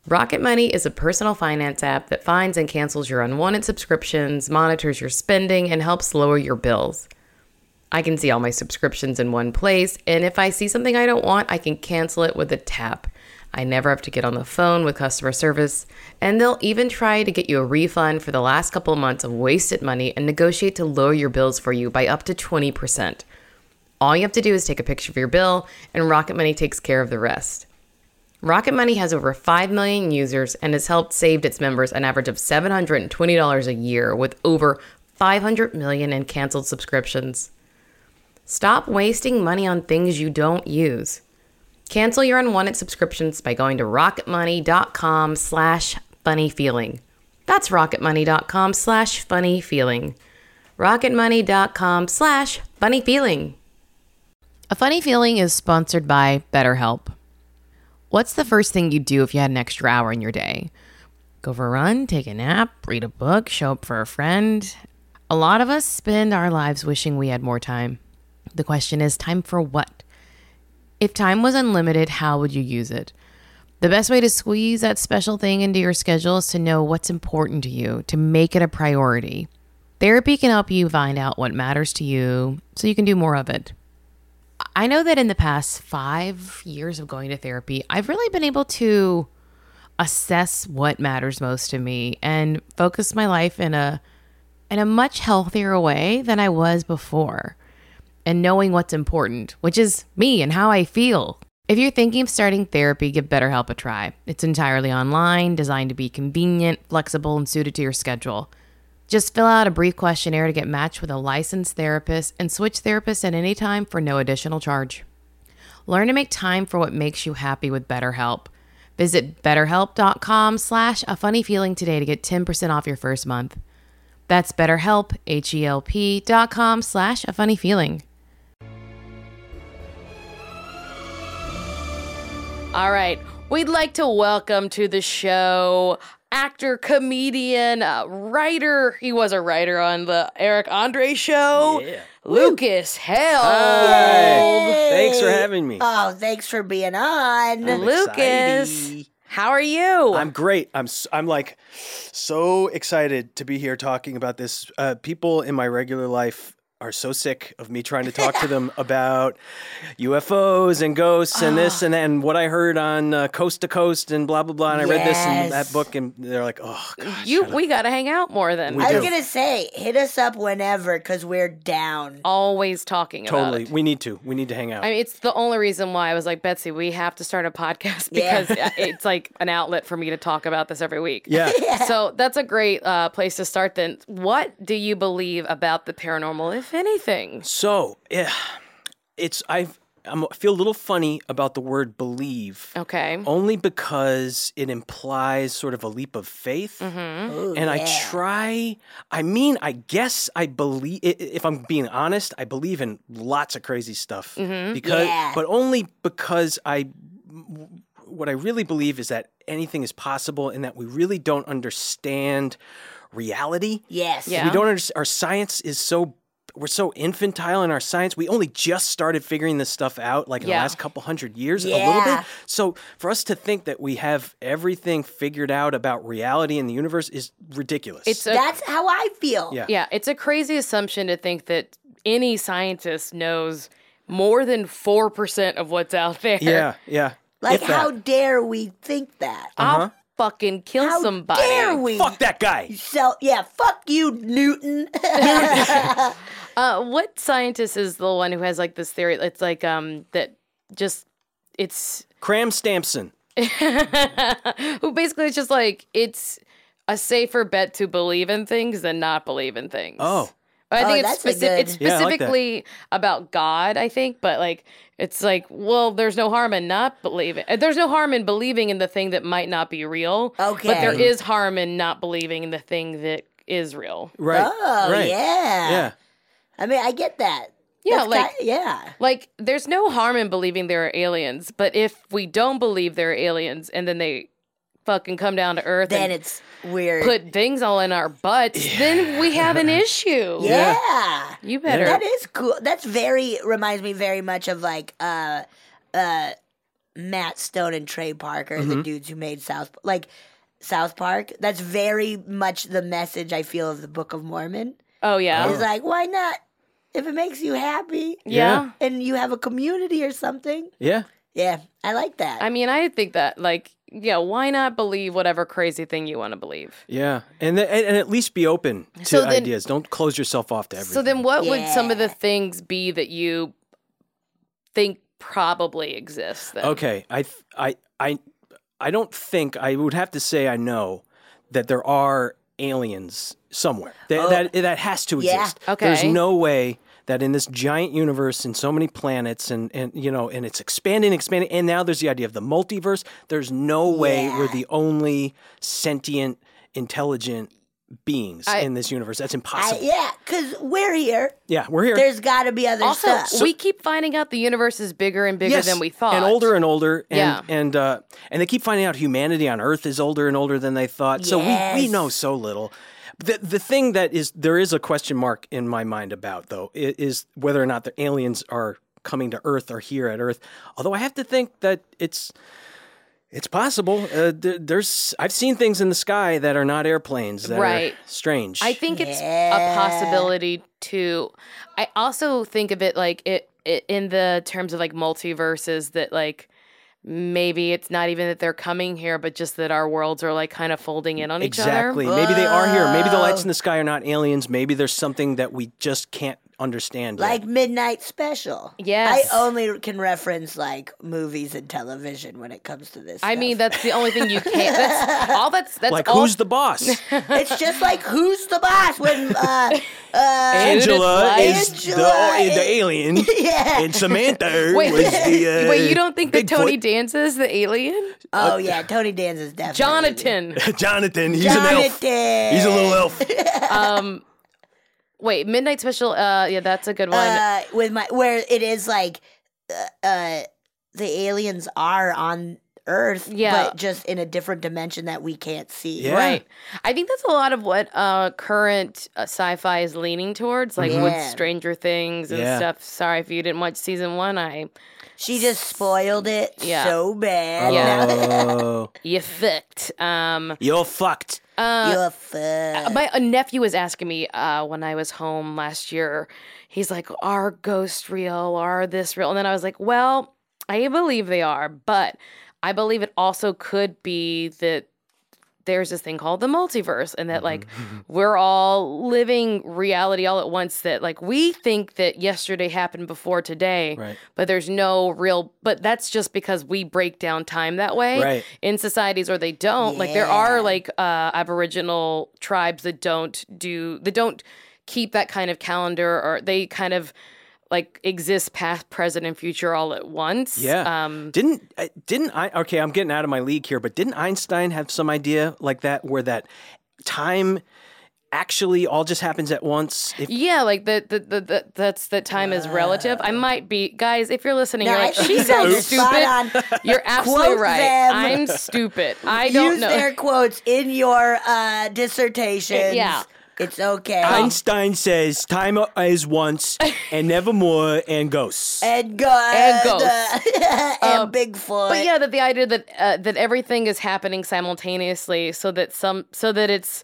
Speaker 4: Rocket Money is a personal finance app that finds and cancels your unwanted subscriptions, monitors your spending, and helps lower your bills. I can see all my subscriptions in one place, and if I see something I don't want, I can cancel it with a tap. I never have to get on the phone with customer service, and they'll even try to get you a refund for the last couple of months of wasted money and negotiate to lower your bills for you by up to 20%. All you have to do is take a picture of your bill, and Rocket Money takes care of the rest. Rocket Money has over 5 million users and has helped save its members an average of $720 a year with over 500 million in canceled subscriptions. Stop wasting money on things you don't use. Cancel your unwanted subscriptions by going to rocketmoney.com slash funnyfeeling. That's rocketmoney.com slash funnyfeeling. rocketmoney.com slash funnyfeeling. A Funny Feeling is sponsored by BetterHelp. What's the first thing you'd do if you had an extra hour in your day? Go for a run, take a nap, read a book, show up for a friend. A lot of us spend our lives wishing we had more time. The question is time for what? If time was unlimited, how would you use it? The best way to squeeze that special thing into your schedule is to know what's important to you, to make it a priority. Therapy can help you find out what matters to you so you can do more of it. I know that in the past five years of going to therapy, I've really been able to assess what matters most to me and focus my life in a in a much healthier way than I was before and knowing what's important, which is me and how I feel. If you're thinking of starting therapy, give BetterHelp a try. It's entirely online, designed to be convenient, flexible, and suited to your schedule. Just fill out a brief questionnaire to get matched with a licensed therapist and switch therapists at any time for no additional charge. Learn to make time for what makes you happy with BetterHelp. Visit betterhelp.com slash a funny feeling today to get 10% off your first month. That's betterhelp, H-E-L-P dot com slash a funny feeling.
Speaker 6: All right. We'd like to welcome to the show actor, comedian, uh, writer. He was a writer on the Eric Andre show. Lucas Hell.
Speaker 7: Hi. Thanks for having me.
Speaker 2: Oh, thanks for being on.
Speaker 7: I'm
Speaker 6: Uh, Lucas.
Speaker 7: excited.
Speaker 6: How are you?
Speaker 7: I'm great. I'm s- I'm like so excited to be here talking about this. Uh, people in my regular life are so sick of me trying to talk to them about UFOs and ghosts and this
Speaker 6: Ah.
Speaker 7: and that and what I heard on uh, Coast to Coast and blah blah blah. And I read this
Speaker 2: Yes.
Speaker 7: and that book and they're like, oh god,
Speaker 6: you we got to hang out more than
Speaker 7: We
Speaker 2: I was
Speaker 7: do.
Speaker 2: gonna say, hit us up whenever, cause we're down.
Speaker 6: Um, always talking
Speaker 7: totally.
Speaker 6: about. it.
Speaker 7: We need to. We need to hang out.
Speaker 6: I mean, it's the only reason why I was like, Betsy, we have to start a podcast
Speaker 2: Yeah.
Speaker 6: because it's like an outlet for me to talk about this every week.
Speaker 7: yeah.
Speaker 6: So that's a great uh, place to start then. What do you believe about the paranormal, if anything?
Speaker 7: So yeah, it's I've I'm, I feel a little funny about the word believe.
Speaker 6: Okay.
Speaker 2: Oh,
Speaker 7: only because it implies sort of a leap of faith
Speaker 2: Oh,
Speaker 7: and i try i mean i guess i believe i- i- if i'm being honest i believe in lots of crazy stuff because
Speaker 2: Yeah.
Speaker 7: but only because i what i really believe is that anything is possible and that we really don't understand reality
Speaker 2: Yes.
Speaker 6: Yeah.
Speaker 7: we don't understand. Our science is so we're so infantile in our science. We only just started figuring this stuff out, like in
Speaker 6: Yeah.
Speaker 7: the last couple hundred years, a little
Speaker 2: Yeah.
Speaker 7: bit. So for us to think that we have everything figured out about reality and the universe is ridiculous.
Speaker 6: It's a,
Speaker 2: That's how I feel.
Speaker 7: Yeah.
Speaker 6: yeah, it's a crazy assumption to think that any scientist knows more than 4% of what's out there.
Speaker 7: yeah, yeah.
Speaker 2: Like,
Speaker 7: If that.
Speaker 2: how dare we think that?
Speaker 4: I'll fucking kill
Speaker 2: Uh-huh. How
Speaker 4: somebody.
Speaker 2: dare we?
Speaker 7: Fuck that guy.
Speaker 2: So yeah, fuck you, Newton.
Speaker 4: Uh, what scientist is the one who has like this theory? It's like um that just it's
Speaker 7: Cram Stampson.
Speaker 4: who basically it's just like it's a safer bet to believe in things than not believe in things.
Speaker 7: Oh.
Speaker 4: But I think
Speaker 2: Oh,
Speaker 4: it's,
Speaker 2: that's a
Speaker 4: speci- it's
Speaker 2: good-
Speaker 7: Yeah, I like that.
Speaker 4: specifically about God, I think, but like it's like, well, there's no harm in not believing. uh, There's no harm in believing in the thing that might not be real. But there
Speaker 2: Okay.
Speaker 4: is harm in not believing in the thing that is real.
Speaker 7: Right.
Speaker 2: Oh,
Speaker 7: right.
Speaker 2: yeah.
Speaker 7: Yeah.
Speaker 2: I mean, I get that.
Speaker 4: Yeah,
Speaker 2: That's
Speaker 4: like-
Speaker 2: ki- yeah.
Speaker 4: Like, there's no harm in believing there are aliens, but if we don't believe there are aliens and then they fucking come down to Earth
Speaker 2: Then
Speaker 4: and
Speaker 2: it's weird.
Speaker 4: put things all in our butts, then we have an issue.
Speaker 2: yeah.
Speaker 4: You better.
Speaker 2: That is cool. That's very reminds me very much of like uh uh Matt Stone and Trey Parker, the dudes who made South like South Park. That's very much the message I feel of the Book of Mormon.
Speaker 4: Oh, yeah.
Speaker 2: It's like, why not? If it makes you happy
Speaker 4: yeah.
Speaker 2: and you have a community or something.
Speaker 7: Yeah.
Speaker 2: Yeah, I like that.
Speaker 4: I mean, I think that, like, yeah, why not believe whatever crazy thing you want to believe?
Speaker 7: Yeah. And, th- and and at least be open to
Speaker 4: So then-
Speaker 7: ideas. Don't close yourself off to everything.
Speaker 4: So then, what would some of the
Speaker 2: Yeah.
Speaker 4: things be that you think probably exist? Then?
Speaker 7: Okay, I th- I I I don't think I would have to say I know that there are aliens somewhere. That that, that has to
Speaker 2: Yeah.
Speaker 7: exist. There's
Speaker 4: Okay.
Speaker 7: no way that in this giant universe and so many planets and and you know and it's expanding expanding and now there's the idea of the multiverse. There's no way we're the only sentient intelligent beings
Speaker 4: I-
Speaker 7: in this universe. That's
Speaker 2: I,
Speaker 7: impossible. yeah.
Speaker 2: yeah, because we're here.
Speaker 7: we're here.
Speaker 2: There's got to be other
Speaker 4: Also,
Speaker 2: stuff.
Speaker 4: we keep finding out the universe is bigger and bigger than we thought.
Speaker 7: And older and older. And
Speaker 4: Yeah.
Speaker 7: and uh, and they keep finding out humanity on Earth is older and older than they thought. So we, we
Speaker 2: Yes.
Speaker 7: know so little. The the thing that is there is a question mark in my mind about though i- is whether or not the aliens are coming to Earth or here at Earth. Although I have to think that it's it's possible. Uh, th- there's I've seen things in the sky that are not airplanes. That
Speaker 4: Right.
Speaker 7: Are strange.
Speaker 4: I think it's a possibility to. I also think of it like it, it in the terms of like multiverses that like maybe it's not even that they're coming here, but just that our worlds are like kind of folding in on
Speaker 7: Exactly.
Speaker 4: each other.
Speaker 7: Maybe they are here. Maybe the lights in the sky are not aliens. Maybe there's something that we just can't understand. yet.
Speaker 2: like Midnight Special.
Speaker 4: Yes.
Speaker 2: I only can reference like movies and television when it comes to this.
Speaker 4: I
Speaker 2: stuff.
Speaker 4: mean, that's the only thing you can't. That's all. That's that's
Speaker 7: like
Speaker 4: all.
Speaker 7: who's the boss?
Speaker 2: it's just like who's the boss when uh,
Speaker 7: Angela
Speaker 4: Judith
Speaker 7: is the, oh,
Speaker 2: Angela is-
Speaker 7: the alien,
Speaker 2: yeah.
Speaker 7: and Samantha
Speaker 4: Wait,
Speaker 7: was the. Uh,
Speaker 4: Wait, you don't think that
Speaker 7: Bigfoot.
Speaker 4: Tony dances the alien?
Speaker 2: Oh yeah, Tony Danza's definitely
Speaker 4: Jonathan.
Speaker 7: Jonathan? uh, He's an elf.
Speaker 2: Jonathan.
Speaker 7: He's a little elf.
Speaker 4: um, Wait, Midnight Special. Uh, yeah, that's a good one.
Speaker 2: uh, with my where it is like uh, uh, the aliens are on Earth,
Speaker 4: Yeah.
Speaker 2: but just in a different dimension that we can't see.
Speaker 7: Yeah.
Speaker 4: Right. I think that's a lot of what uh, current uh, sci-fi is leaning towards, like with
Speaker 2: Yeah.
Speaker 4: Stranger Things and
Speaker 7: Yeah.
Speaker 4: stuff. Sorry if you didn't watch season one. I
Speaker 2: She just spoiled it
Speaker 4: Yeah.
Speaker 2: so bad.
Speaker 4: Yeah.
Speaker 7: Oh,
Speaker 4: you fucked. Um,
Speaker 7: you're fucked.
Speaker 4: Uh,
Speaker 2: You're fucked.
Speaker 4: my a nephew was asking me uh, when I was home last year. He's like, "Are ghosts real? Are this real?" And then I was like, "Well, I believe they are, but I believe it also could be that." There's this thing called the multiverse, and that like we're all living reality all at once. That like we think that yesterday happened before today,
Speaker 7: Right.
Speaker 4: but there's no real. But that's just because we break down time that way
Speaker 7: Right.
Speaker 4: in societies or they don't. Like there are like uh, Aboriginal tribes that don't do that don't keep that kind of calendar or they kind of like exist past, present, and future all at once.
Speaker 7: Yeah.
Speaker 4: Um,
Speaker 7: Didn't uh, didn't I? Okay, I'm getting out of my league here, but didn't Einstein have some idea like that where that time actually all just happens at once? If,
Speaker 4: yeah, like the, the, the, the that's that time is relative. I might be guys, if you're listening,
Speaker 2: No,
Speaker 4: you're
Speaker 2: I
Speaker 4: like,
Speaker 2: think
Speaker 4: She
Speaker 2: you guys
Speaker 4: sounds
Speaker 2: are spot
Speaker 4: stupid.
Speaker 2: on.
Speaker 4: You're absolutely
Speaker 2: Quote
Speaker 4: right.
Speaker 2: them.
Speaker 4: I'm stupid. I don't
Speaker 2: Use
Speaker 4: know.
Speaker 2: their quotes in your uh, dissertations.
Speaker 4: Yeah. Um,
Speaker 2: It's okay.
Speaker 7: Einstein says time is once and nevermore and ghosts.
Speaker 2: and go
Speaker 4: And ghosts.
Speaker 2: and Bigfoot.
Speaker 4: Um, But yeah, that the idea that uh, that everything is happening simultaneously, so that some, so that it's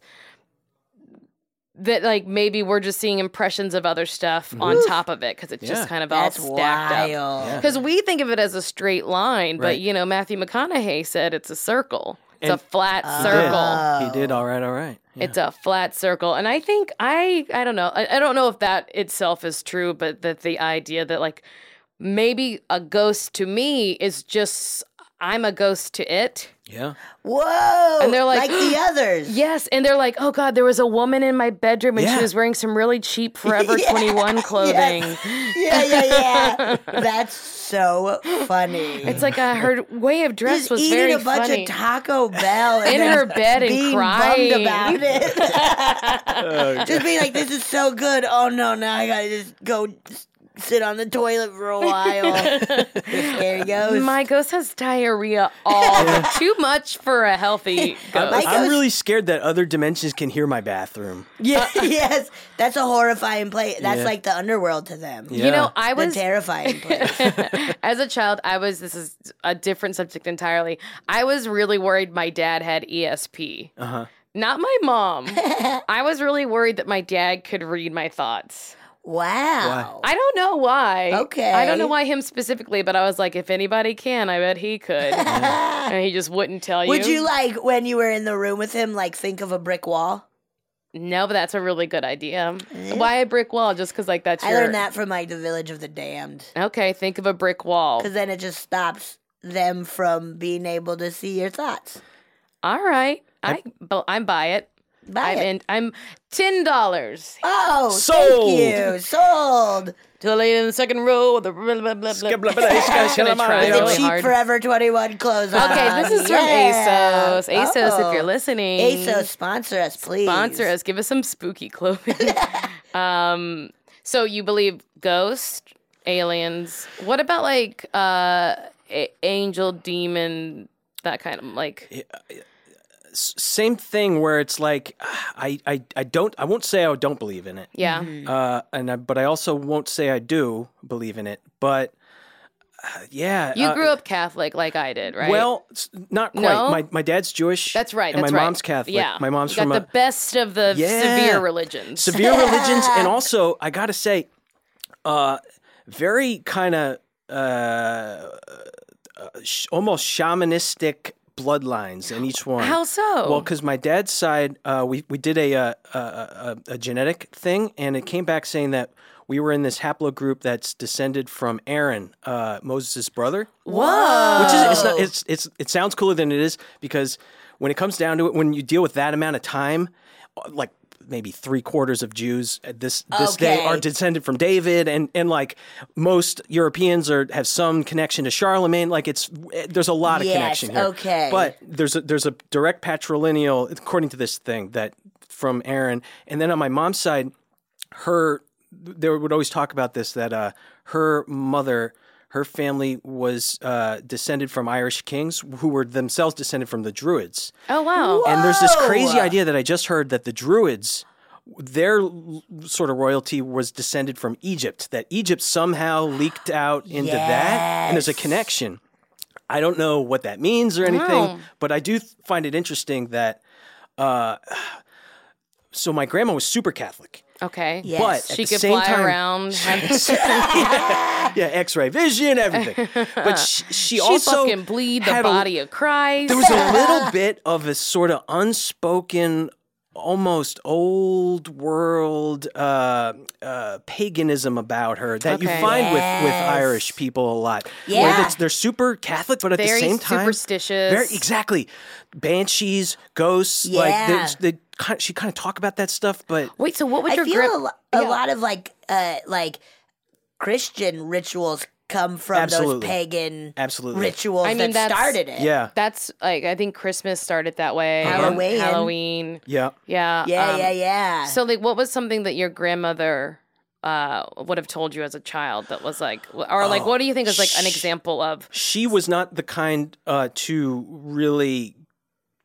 Speaker 4: that like maybe we're just seeing impressions of other stuff on top of it because it's
Speaker 7: Yeah.
Speaker 4: just kind of
Speaker 2: That's
Speaker 4: all stacked up.
Speaker 2: wild.
Speaker 4: Because we think of it as a straight line, but
Speaker 7: Right.
Speaker 4: you know Matthew McConaughey said it's a circle. It's
Speaker 7: And-
Speaker 4: a flat
Speaker 2: Ah.
Speaker 7: He did.
Speaker 4: circle.
Speaker 7: He did. All right. All right. Yeah.
Speaker 4: It's a flat circle. And I think I I don't know. I, I don't know if that itself is true, but that the idea that like maybe a ghost to me is just I'm a ghost to it.
Speaker 7: yeah.
Speaker 2: Whoa.
Speaker 4: And they're like,
Speaker 2: the others.
Speaker 4: Yes, and they're like, "Oh God, there was a woman in my bedroom, and
Speaker 7: Yeah.
Speaker 4: she was wearing some really cheap Forever 21 clothing."
Speaker 2: Yeah, yeah, yeah. That's so funny.
Speaker 4: It's like uh, her way of dress
Speaker 2: She's
Speaker 4: was
Speaker 2: eating
Speaker 4: very
Speaker 2: a bunch
Speaker 4: funny.
Speaker 2: of Taco Bell and
Speaker 4: In
Speaker 2: then
Speaker 4: her bed and
Speaker 2: being
Speaker 4: crying.
Speaker 2: bummed about it. just being like, "This is so good." Oh no, now I gotta just go s- sit on the toilet for a while. there he goes.
Speaker 4: my ghost has diarrhea all too much for a healthy ghost.
Speaker 2: Like
Speaker 7: I'm
Speaker 2: those-
Speaker 7: really scared that other dimensions can hear my bathroom.
Speaker 2: yeah, yes, that's a horrifying place. That's
Speaker 7: Yeah.
Speaker 2: like the underworld to them.
Speaker 7: Yeah.
Speaker 4: You know, I
Speaker 2: The
Speaker 4: was
Speaker 2: terrifying place.
Speaker 4: as a child, I was this is a different subject entirely. I was really worried my dad had ESP.
Speaker 7: Uh-huh.
Speaker 4: Not my mom. I was really worried that my dad could read my thoughts.
Speaker 2: Wow.
Speaker 4: I don't know why.
Speaker 2: Okay.
Speaker 4: I don't know why him specifically, but I was like, if anybody can, I bet he could. and he just wouldn't tell you.
Speaker 2: Would you like when you were in the room with him, like think of a brick wall?
Speaker 4: No, but that's a really good idea. Why a brick wall? Just because, like, that's
Speaker 2: I
Speaker 4: your.
Speaker 2: learned that from like the Village of the Damned.
Speaker 4: Okay, think of a brick wall.
Speaker 2: because then it just stops them from being able to see your thoughts.
Speaker 4: All right. I, bu- I'm buy it.
Speaker 2: Buy
Speaker 4: I'm
Speaker 2: it.
Speaker 4: in. I'm ten dollars.
Speaker 2: Oh,
Speaker 7: Sold.
Speaker 2: thank you. Sold.
Speaker 4: To a lady in the second row with a blah blah blah. blah. gonna try
Speaker 2: The
Speaker 4: really
Speaker 2: cheap
Speaker 4: hard.
Speaker 2: Forever 21 clothes on.
Speaker 4: Okay, this is from
Speaker 2: Yeah.
Speaker 4: ASOS. ASOS,
Speaker 2: Oh.
Speaker 4: if you're listening,
Speaker 2: ASOS, sponsor us, please.
Speaker 4: sponsor us. Give us some spooky clothing. um, so you believe ghosts, aliens? What about like uh, a- angel, demon, that kind of like?
Speaker 7: S- Same thing where it's like I, I I don't I won't say I don't believe in it.
Speaker 4: Yeah.
Speaker 7: Uh, and I, but I also won't say I do believe in it. But uh, yeah,
Speaker 4: You
Speaker 7: uh,
Speaker 4: grew up Catholic, like I did, right?
Speaker 7: Well, s- not quite.
Speaker 4: No?
Speaker 7: My my dad's Jewish.
Speaker 4: that's right.
Speaker 7: And
Speaker 4: that's
Speaker 7: my
Speaker 4: right.
Speaker 7: mom's Catholic.
Speaker 4: Yeah,
Speaker 7: My mom's
Speaker 4: you got
Speaker 7: from
Speaker 4: the
Speaker 7: a
Speaker 4: best of the
Speaker 7: Yeah.
Speaker 4: severe religions.
Speaker 7: severe religions and also i gotta say uh very kind of uh, uh sh- almost shamanistic bloodlines in each one
Speaker 4: How so?
Speaker 7: well because my dad's side uh we, we did a, uh, a, a a genetic thing and it came back saying that we were in this haplogroup that's descended from aaron uh moses' brother
Speaker 4: Whoa.
Speaker 7: which is it's not it's it's it sounds cooler than it is because when it comes down to it, when you deal with that amount of time, uh, like maybe three quarters of Jews at this this day
Speaker 2: Okay.
Speaker 7: are descended from David, and and like most Europeans are have some connection to Charlemagne. Like it's there's a lot of
Speaker 2: Yes,
Speaker 7: connection here.
Speaker 2: okay.
Speaker 7: but there's a, there's a direct patrilineal according to this thing that from Aaron, and then on my mom's side, her they would always talk about this that uh, her mother her family was uh, descended from irish kings who were themselves descended from the druids
Speaker 4: Oh wow.
Speaker 7: and there's this crazy idea that i just heard that the druids their l- sort of royalty was descended from egypt that egypt somehow leaked out into that and there's a
Speaker 2: Yes.
Speaker 7: connection i don't know what that means or anything
Speaker 4: Wow.
Speaker 7: but i do th- find it interesting that uh, so my grandma was super catholic
Speaker 4: Okay.
Speaker 2: Yes.
Speaker 7: but at
Speaker 4: She
Speaker 7: the
Speaker 4: could
Speaker 7: same
Speaker 4: fly
Speaker 7: time-
Speaker 4: around. Have,
Speaker 7: yeah, X-ray vision, everything. But she, she
Speaker 4: she
Speaker 7: also
Speaker 4: fucking bleed the
Speaker 7: had a-
Speaker 4: body of Christ.
Speaker 7: there was a little bit of a sort of unspoken, almost old world uh, uh, paganism about her that you
Speaker 4: Okay.
Speaker 7: find with with
Speaker 2: Yes.
Speaker 7: Irish people a lot. where
Speaker 2: Yeah.
Speaker 7: that's- they're super Catholic, but at
Speaker 4: Very
Speaker 7: the same time
Speaker 4: superstitious.
Speaker 7: Very exactly, banshees, ghosts. Like
Speaker 2: Yeah.
Speaker 7: they, they kind she kind of talk about that stuff, but
Speaker 4: Wait, so what would
Speaker 2: I
Speaker 4: your
Speaker 2: feel
Speaker 4: grip?
Speaker 2: a, lo- a lot of like, uh, like Christian rituals come from
Speaker 7: Absolutely.
Speaker 2: those pagan
Speaker 7: absolutely.
Speaker 2: rituals
Speaker 4: I mean,
Speaker 2: that
Speaker 4: that's-
Speaker 2: started it.
Speaker 7: Yeah,
Speaker 4: That's like I think Christmas started that
Speaker 7: Uh-huh.
Speaker 4: way.
Speaker 2: Halloween.
Speaker 4: Halloween.
Speaker 7: yeah.
Speaker 4: Yeah.
Speaker 2: Yeah,
Speaker 4: um,
Speaker 2: yeah, yeah.
Speaker 4: So like, what was something that your grandmother? Uh, would have told you as a child that was like, or
Speaker 7: Oh,
Speaker 4: like, what do you think is like an example of?
Speaker 7: she was not the kind uh, to really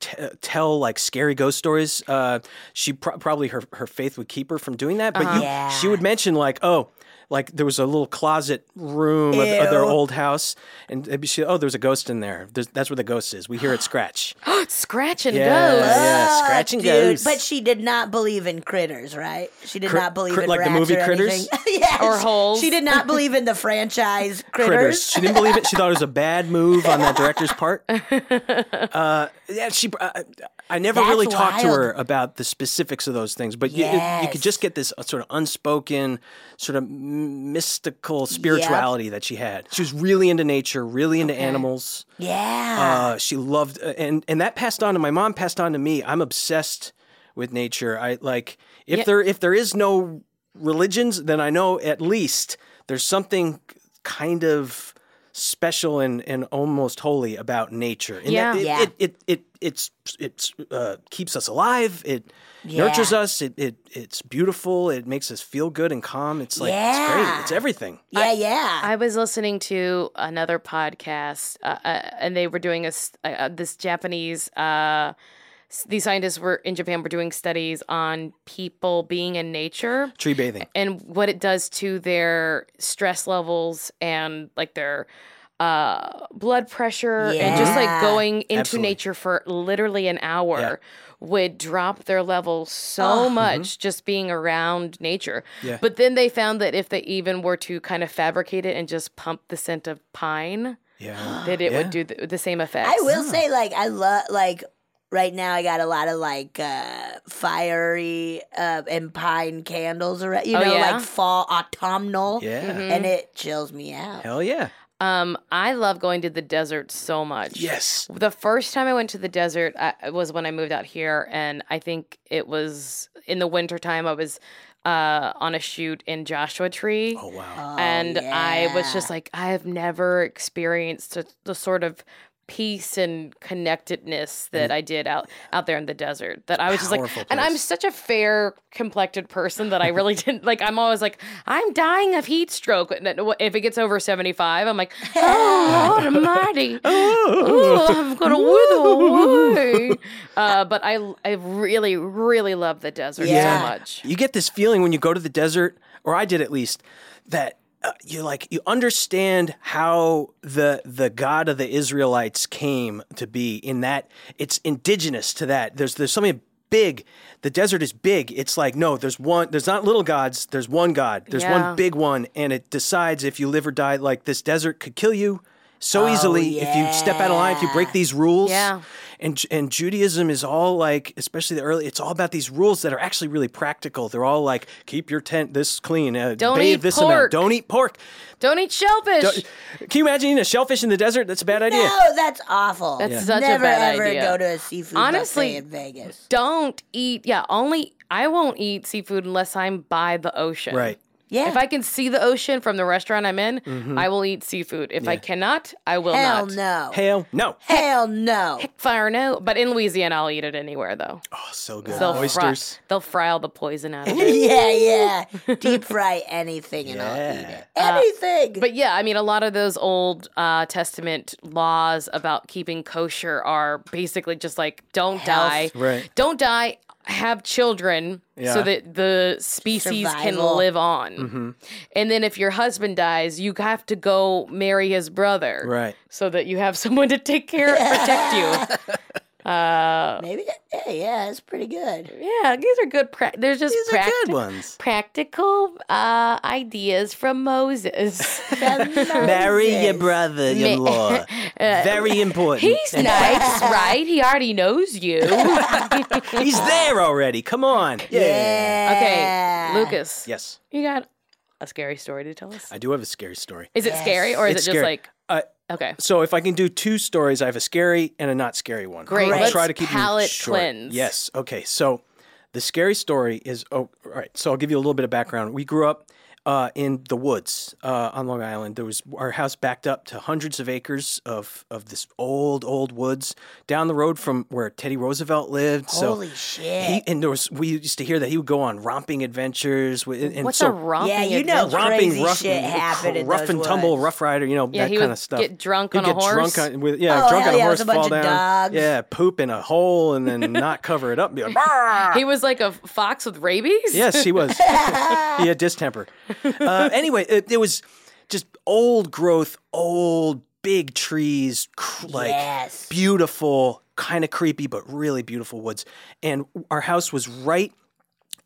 Speaker 7: t- tell like scary ghost stories. Uh, she pro- probably her her faith would keep her from doing that. But you,
Speaker 2: Uh-huh. Yeah.
Speaker 7: she would mention like, oh. like there was a little closet room of, of their
Speaker 2: Ew.
Speaker 7: old house, and it'd be- she, oh, there's a ghost in there. There's, that's where the ghost is. We hear it scratch.
Speaker 4: Scratch and
Speaker 7: Yeah,
Speaker 4: go.
Speaker 7: yeah, scratch and
Speaker 2: Oh, Dude,
Speaker 7: goes.
Speaker 2: but she did not believe in critters, right? She did
Speaker 7: Cri-
Speaker 2: not believe
Speaker 7: cri-
Speaker 2: in
Speaker 7: like the
Speaker 2: rats
Speaker 7: movie
Speaker 2: or
Speaker 7: Critters?
Speaker 2: anything. yeah,
Speaker 4: Or
Speaker 2: she-
Speaker 4: holes.
Speaker 2: She did not believe in the franchise
Speaker 7: critters.
Speaker 2: critters.
Speaker 7: She didn't believe it. She thought it was a bad move on that director's part. Uh, yeah, she. Uh, I never
Speaker 2: That's
Speaker 7: really talked to
Speaker 2: wild.
Speaker 7: her about the specifics of those things, but you, it- you could
Speaker 2: Yes.
Speaker 7: just get this uh, sort of unspoken, sort of m- mystical spirituality that she had. She was really into nature, really into animals.
Speaker 2: Yeah.
Speaker 7: Uh, she loved, uh, and and that passed on to my mom. Passed on to me. I'm obsessed with nature. I like if there if there is no religions, then I know at least there's something kind of special and, and almost holy about nature. And
Speaker 4: Yeah.
Speaker 7: that- it,
Speaker 2: Yeah.
Speaker 7: It, it it it's it's uh, keeps us alive. It nurtures
Speaker 2: Yeah.
Speaker 7: us. It, it it's beautiful. It makes us feel good and calm. It's like it's great.
Speaker 2: Yeah.
Speaker 7: It's everything.
Speaker 2: yeah, yeah.
Speaker 4: I was listening to another podcast, uh, uh, and they were doing a, s- uh, uh, this Japanese. Uh, s- these scientists were in Japan were doing studies on people being in nature
Speaker 7: Tree bathing.
Speaker 4: and what it does to their stress levels and like their uh, blood pressure and just like
Speaker 2: Yeah.
Speaker 4: going into
Speaker 7: Absolutely.
Speaker 4: nature for literally an hour would drop their level so
Speaker 2: Oh.
Speaker 4: much just being around nature.
Speaker 7: Mm-hmm. Yeah.
Speaker 4: But then they found that if they even were to kind of fabricate it and just pump the scent of pine,
Speaker 7: Yeah.
Speaker 4: that it
Speaker 7: Yeah.
Speaker 4: would do the, the same effect.
Speaker 2: I will say, like, I love, like, right now I got a lot of, like, uh, fiery uh, and pine candles around, you
Speaker 4: Oh,
Speaker 2: know,
Speaker 4: yeah?
Speaker 2: like fall autumnal.
Speaker 7: Yeah.
Speaker 4: Mm-hmm.
Speaker 2: And it chills me out.
Speaker 7: Hell yeah.
Speaker 4: Um, I love going to the desert so much.
Speaker 7: Yes.
Speaker 4: The first time I went to the desert I, was when I moved out here, and I think it was in the wintertime. I was uh, on a shoot in Joshua Tree.
Speaker 7: Oh wow.
Speaker 4: and I was just
Speaker 2: yeah.
Speaker 4: like, I have never experienced a, the sort of peace and connectedness that I did out out there in the desert. That I was just like,
Speaker 7: powerful
Speaker 4: and I'm
Speaker 7: place.
Speaker 4: such a fair complected person that I really didn't like. I'm always like, I'm dying of heat stroke. And then If it gets over 75, I'm like, oh, Lord almighty.
Speaker 7: Oh.
Speaker 4: Ooh, I'm gonna wither away. Uh, but I, I really, really love the desert
Speaker 2: Yeah.
Speaker 4: so much.
Speaker 7: You get this feeling when you go to the desert, or I did at least, that uh, you like you understand how the the God of the Israelites came to be. In that it's indigenous to that. There's there's something big. The desert is big. It's like no, there's one. There's not little gods. There's one God. There's
Speaker 4: Yeah.
Speaker 7: one big one, and it decides if you live or die. Like this desert could kill you. So easily, if you step out of line, if you break these rules,
Speaker 4: Yeah.
Speaker 7: and and Judaism is all like, especially the early. It's all about these rules that are actually really practical. They're all like, keep your tent this clean, uh,
Speaker 4: Don't
Speaker 7: bathe
Speaker 4: eat
Speaker 7: this amount,
Speaker 4: pork.
Speaker 7: don't eat pork.
Speaker 4: Don't eat shellfish.
Speaker 7: Don't- Can you imagine eating a shellfish in the desert? That's a bad idea.
Speaker 2: No, Oh, that's awful.
Speaker 4: That's Yeah. such a
Speaker 2: Never
Speaker 4: bad
Speaker 2: ever
Speaker 4: idea.
Speaker 2: go to a seafood
Speaker 4: Honestly,
Speaker 2: buffet in Vegas.
Speaker 4: don't eat. Yeah, only I won't eat seafood unless I'm by the ocean.
Speaker 7: Right. Mm-hmm.
Speaker 2: Yeah.
Speaker 4: If I can see the ocean from the restaurant I'm in, I will eat seafood. If I cannot, I will
Speaker 2: Hell
Speaker 4: not.
Speaker 2: no.
Speaker 7: Hell no.
Speaker 2: Hell no.
Speaker 4: Fire no. But in Louisiana, I'll eat it anywhere though.
Speaker 7: Oh, so good.
Speaker 4: They'll
Speaker 7: Oysters.
Speaker 4: Fry, they'll fry all the poison out of it.
Speaker 2: yeah, yeah. Deep fry anything and I'll eat it.
Speaker 7: Uh,
Speaker 2: Anything.
Speaker 4: But yeah, I mean, a lot of those old uh, Testament laws about keeping kosher are basically just like don't die,
Speaker 7: Right.
Speaker 4: Don't die. Have children
Speaker 7: Yeah. Mm-hmm.
Speaker 4: so that the species can
Speaker 2: Survival.
Speaker 4: live on. And then if your husband dies, you have to go marry his brother,
Speaker 7: Right.
Speaker 4: So that you have someone to take care, protect you. uh,
Speaker 2: Maybe that, yeah, yeah, it's pretty good.
Speaker 4: Yeah, these are good. Pra- they're just
Speaker 7: These are
Speaker 4: practi-
Speaker 7: good ones.
Speaker 4: practical uh, ideas from Moses.
Speaker 2: Marry
Speaker 7: brother, your lord. Very important.
Speaker 4: He's nice, right? He already knows you.
Speaker 7: He's there already. Come on. Yeah.
Speaker 4: Okay, Lucas,
Speaker 7: Yes.
Speaker 4: you got a scary story to tell us.
Speaker 7: I do have a scary story.
Speaker 4: Is it scary or is
Speaker 7: It's
Speaker 4: it just
Speaker 7: scary.
Speaker 4: like
Speaker 7: Uh,
Speaker 4: okay?
Speaker 7: So if I can do two stories, I have a scary and a not scary one.
Speaker 4: Great.
Speaker 7: I'll
Speaker 4: Let's
Speaker 7: try to keep them
Speaker 4: palate
Speaker 7: short.
Speaker 4: cleanse.
Speaker 7: Yes. Okay. So the scary story is oh, all right. So I'll give you a little bit of background. We grew up uh, in the woods uh, on Long Island. There was our house backed up to hundreds of acres of of this old old woods down the road from where Teddy Roosevelt lived.
Speaker 2: Holy
Speaker 7: so
Speaker 2: shit.
Speaker 7: He, and there was we used to hear that he would go on romping adventures. With, and, and
Speaker 4: What's
Speaker 7: so,
Speaker 4: a romping?
Speaker 2: yeah, you know
Speaker 4: adventure?
Speaker 2: crazy
Speaker 7: romping, rough,
Speaker 2: shit happened in
Speaker 7: rough
Speaker 2: those
Speaker 7: and tumble,
Speaker 2: woods.
Speaker 7: rough rider, you know
Speaker 4: Yeah,
Speaker 7: that
Speaker 4: he
Speaker 7: kind
Speaker 4: would
Speaker 7: of stuff.
Speaker 4: get drunk
Speaker 7: He'd
Speaker 4: on a
Speaker 7: get drunk
Speaker 4: horse.
Speaker 7: on- with, yeah,
Speaker 2: Oh,
Speaker 7: drunk
Speaker 2: hell
Speaker 7: on a
Speaker 2: yeah,
Speaker 7: horse,
Speaker 2: with a bunch
Speaker 7: fall
Speaker 2: of
Speaker 7: down,
Speaker 2: dogs.
Speaker 7: yeah, poop in a hole, and then not cover it up. Be like, "Bah!"
Speaker 4: He was like a fox with rabies.
Speaker 7: yes, he was. he had distemper. uh, anyway, it, it was just old growth, old big trees, cr- like
Speaker 2: Yes.
Speaker 7: beautiful, kind of creepy, but really beautiful woods. And our house was right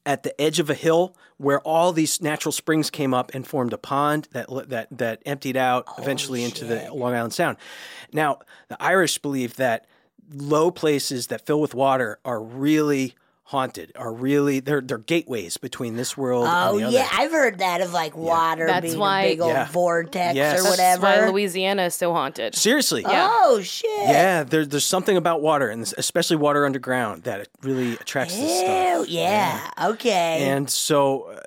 Speaker 7: at the edge of a hill where all these natural springs came up and formed a pond that le- that that emptied out
Speaker 2: Oh,
Speaker 7: eventually into the Long Island Sound. Now, the Irish believe that low places that fill with water are really haunted, are really they're they're gateways between this world
Speaker 2: Oh
Speaker 7: and the other.
Speaker 2: yeah, I've heard that of like water
Speaker 4: That's
Speaker 2: being
Speaker 4: why-
Speaker 2: a big old
Speaker 7: Yeah.
Speaker 2: vortex
Speaker 7: Yes.
Speaker 2: or
Speaker 7: That's
Speaker 4: That's
Speaker 2: whatever.
Speaker 4: why Louisiana is so haunted.
Speaker 7: Seriously.
Speaker 2: Oh shit.
Speaker 7: Yeah, there, there's something about water, and especially water underground, that really attracts this
Speaker 2: Ew,
Speaker 7: stuff.
Speaker 2: yeah. Okay.
Speaker 7: And so uh,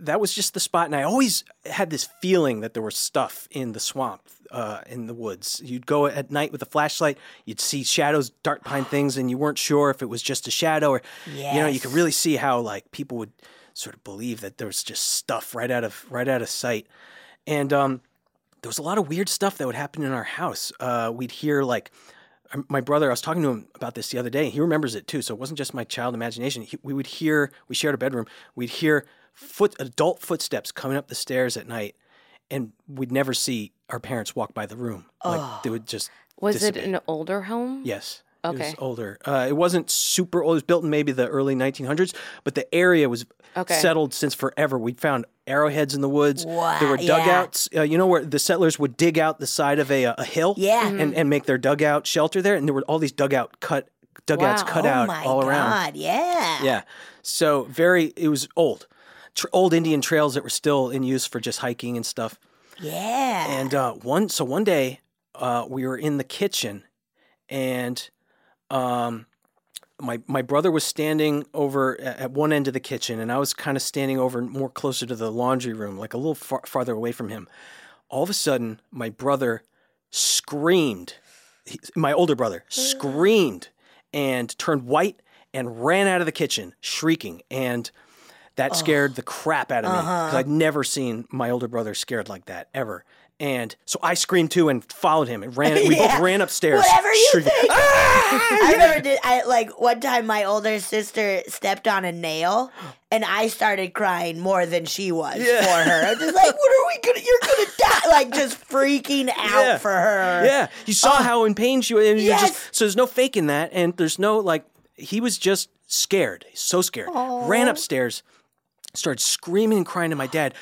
Speaker 7: that was just the spot. And I always had this feeling that there was stuff in the swamp, uh, in the woods. You'd go at night with a flashlight, you'd see shadows dart behind things, and you weren't sure if it was just a shadow or, you know, you could really see how like people would sort of believe that there was just stuff right out of right out of sight. And um, there was a lot of weird stuff that would happen in our house. Uh, we'd hear like um, my brother. I was talking to him about this the other day. He remembers it too, so it wasn't just my child imagination. He, we would hear. We shared a bedroom. We'd hear foot adult footsteps coming up the stairs at night, and we'd never see our parents walk by the room. Like they would just.
Speaker 4: Was it
Speaker 7: dissipate.
Speaker 4: an older home?
Speaker 7: Yes. It
Speaker 4: Okay.
Speaker 7: was older. Uh, it wasn't super old. It was built in maybe the early 1900s, but the area was
Speaker 4: Okay.
Speaker 7: settled since forever. We found arrowheads in the woods. There
Speaker 2: Wow,
Speaker 7: were
Speaker 2: yeah.
Speaker 7: dugouts. Uh, you know where the settlers would dig out the side of a, uh, a hill
Speaker 2: Yeah.
Speaker 7: and, and make their dugout shelter there. And there were all these dugout cut dugouts
Speaker 4: Wow.
Speaker 7: cut
Speaker 2: oh
Speaker 7: out
Speaker 2: my
Speaker 7: all around.
Speaker 2: god. Yeah.
Speaker 7: Yeah. So very, it was old. Tr- old Indian trails that were still in use for just hiking and stuff.
Speaker 2: Yeah.
Speaker 7: And uh, one, so one day uh, we were in the kitchen, and um, my my brother was standing over a- at one end of the kitchen, and I was kind of standing over more closer to the laundry room, like a little far, farther away from him. All of a sudden, my brother screamed. He, my older brother screamed and turned white and ran out of the kitchen shrieking and that scared the crap out of me because
Speaker 2: Uh-huh.
Speaker 7: I'd never seen my older brother scared like that ever. And so I screamed too and followed him and ran. We both
Speaker 2: Yeah.
Speaker 7: ran upstairs.
Speaker 2: Whatever you
Speaker 7: shrieking,
Speaker 2: think.
Speaker 7: "Ah!"
Speaker 2: I remember did, I like one time my older sister stepped on a nail and I started crying more than she was for her. I'm just like, what are we gonna you're gonna die like just freaking out
Speaker 7: Yeah.
Speaker 2: for her.
Speaker 7: Yeah, you saw how in pain she was. and you just-
Speaker 2: Yes.
Speaker 7: so there's no faking that, and there's no like he was just scared, so scared. Ran upstairs, started screaming and crying to my dad.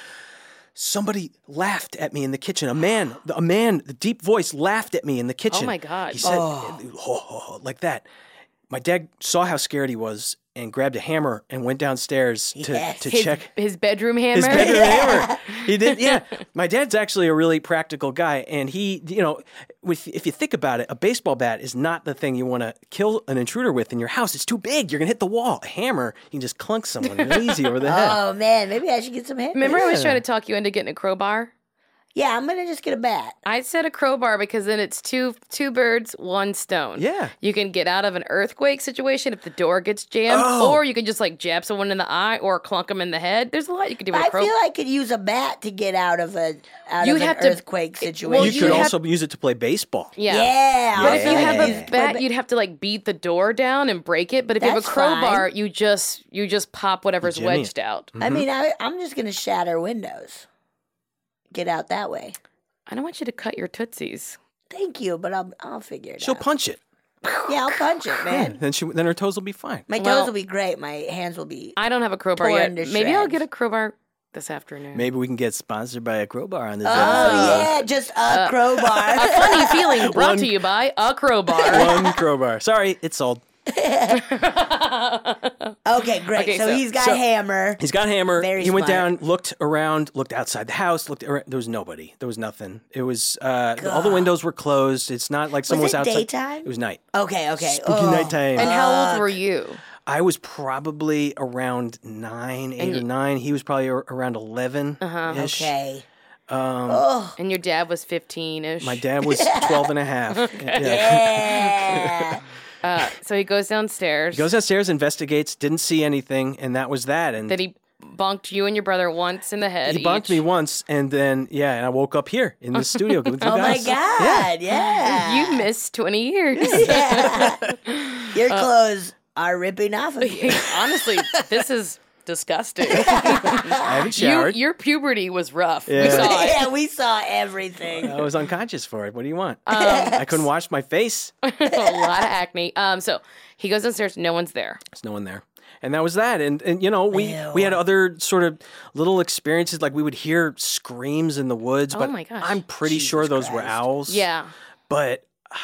Speaker 7: Somebody laughed at me in the kitchen. A man, a man, the deep voice laughed at me in the kitchen.
Speaker 4: my God.
Speaker 7: He said like that. My dad saw how scared he was and grabbed a hammer and went downstairs to,
Speaker 2: Yes.
Speaker 7: to
Speaker 4: His,
Speaker 7: check
Speaker 4: his bedroom hammer.
Speaker 7: his bedroom hammer. He did, yeah. My dad's actually a really practical guy, and he, you know, with, if you think about it, a baseball bat is not the thing you want to kill an intruder with in your house. It's too big. You're gonna hit the wall. A hammer, you can just clunk someone real easy over the head.
Speaker 2: Oh man, maybe I should get some hair.
Speaker 4: Remember, I was trying to talk you into getting a crowbar.
Speaker 2: Yeah, I'm gonna just get a bat.
Speaker 4: I said a crowbar because then it's two two birds, one stone.
Speaker 7: Yeah.
Speaker 4: You can get out of an earthquake situation if the door gets jammed,
Speaker 7: Oh.
Speaker 4: or you can just like jab someone in the eye or clunk them in the head. There's a lot you can do with a
Speaker 2: I
Speaker 4: crowbar.
Speaker 2: feel I could use a bat to get out of a out
Speaker 4: You'd
Speaker 2: of an
Speaker 4: have to-
Speaker 2: earthquake situation.
Speaker 4: well,
Speaker 7: you,
Speaker 4: you
Speaker 7: could
Speaker 4: have-
Speaker 7: also use it to play baseball.
Speaker 4: yeah.
Speaker 2: yeah,
Speaker 4: But if you
Speaker 2: I
Speaker 4: have
Speaker 2: could
Speaker 4: a
Speaker 2: use-
Speaker 4: bat, you'd have to like beat the door down and break it. But if you have a
Speaker 2: That's
Speaker 4: crowbar, you just you just pop whatever's
Speaker 7: jimmy it.
Speaker 4: wedged out.
Speaker 7: Mm-hmm.
Speaker 2: I mean, I, I'm just gonna shatter windows. Get out that way.
Speaker 4: I don't want you to cut your tootsies.
Speaker 2: Thank you, but I'll I'll figure it
Speaker 7: She'll
Speaker 2: out.
Speaker 7: punch it.
Speaker 2: yeah, I'll punch it, man.
Speaker 7: Then she, then her toes will be fine.
Speaker 2: My
Speaker 4: Well-
Speaker 2: toes will be great. My hands will be.
Speaker 4: I don't have a crowbar
Speaker 2: Torn
Speaker 4: yet.
Speaker 2: to
Speaker 4: Maybe I'll
Speaker 2: shreds.
Speaker 4: get a crowbar this afternoon.
Speaker 7: Maybe we can get sponsored by a crowbar on this.
Speaker 2: oh
Speaker 7: Uh,
Speaker 2: yeah, just a
Speaker 4: uh, A
Speaker 2: crowbar.
Speaker 4: funny feeling brought
Speaker 7: One-
Speaker 4: to you by a crowbar.
Speaker 7: episode. One crowbar. Sorry, it's sold.
Speaker 2: okay, great.
Speaker 4: Okay,
Speaker 2: so,
Speaker 4: so-
Speaker 2: he's got
Speaker 7: so-
Speaker 2: hammer.
Speaker 7: He's got a hammer.
Speaker 2: Very
Speaker 7: he went
Speaker 2: smart.
Speaker 7: down, looked around, looked outside the house, looked around. There was nobody. There was nothing. It was uh, all the windows were closed. It's not like someone was,
Speaker 2: it
Speaker 7: outside.
Speaker 2: daytime?
Speaker 7: It was night.
Speaker 2: Okay, okay.
Speaker 7: Spooky
Speaker 2: oh.
Speaker 7: nighttime.
Speaker 4: And how old were you?
Speaker 7: I was probably around nine, eight or nine. He was probably ar- around eleven. Uh-huh.
Speaker 2: Okay.
Speaker 4: And your dad was 15 ish.
Speaker 7: My dad was 12 and a half. Yeah.
Speaker 2: Yeah.
Speaker 4: Uh, so he goes downstairs.
Speaker 7: He goes downstairs, investigates, didn't see anything, and that was that. And
Speaker 4: That he bonked you and your brother once in the head.
Speaker 7: he bonked
Speaker 4: each.
Speaker 7: me once, and then yeah, and I woke up here in the studio with you
Speaker 2: oh my
Speaker 7: guys.
Speaker 2: god. Yeah.
Speaker 4: You missed 20 years.
Speaker 7: uh,
Speaker 2: Yeah. Your clothes are ripping off of you.
Speaker 4: Honestly, this is
Speaker 5: disgusting.
Speaker 7: I haven't
Speaker 5: you,
Speaker 7: showered.
Speaker 5: your puberty was rough. We
Speaker 7: Yeah.
Speaker 5: saw it.
Speaker 2: yeah, we saw everything.
Speaker 7: I was unconscious for it. What do you want?
Speaker 4: Um,
Speaker 7: I couldn't wash my face.
Speaker 4: a lot of acne. Um, so he goes downstairs. No one's there.
Speaker 7: There's no one there. And that was that. And and you know, we we had other sort of little experiences like we would hear screams in the woods, but
Speaker 4: Oh my gosh.
Speaker 7: I'm pretty sure those were owls.
Speaker 4: Yeah.
Speaker 7: But ah,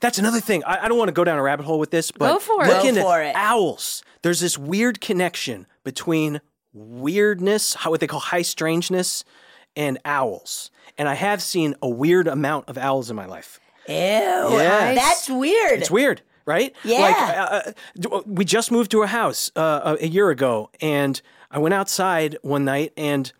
Speaker 7: that's another thing. I, I don't want to go down a rabbit hole with this, but
Speaker 4: Go for it.
Speaker 7: looking
Speaker 2: Go for
Speaker 7: at
Speaker 2: it.
Speaker 7: owls, there's this weird connection between weirdness, how what they call high strangeness, and owls. And I have seen a weird amount of owls in my life.
Speaker 2: Ew,
Speaker 7: Yeah.
Speaker 2: that's weird.
Speaker 7: It's weird, right?
Speaker 2: Yeah.
Speaker 7: Like uh, uh, d- uh, we just moved to a house uh, a- a year ago, and I went outside one night, and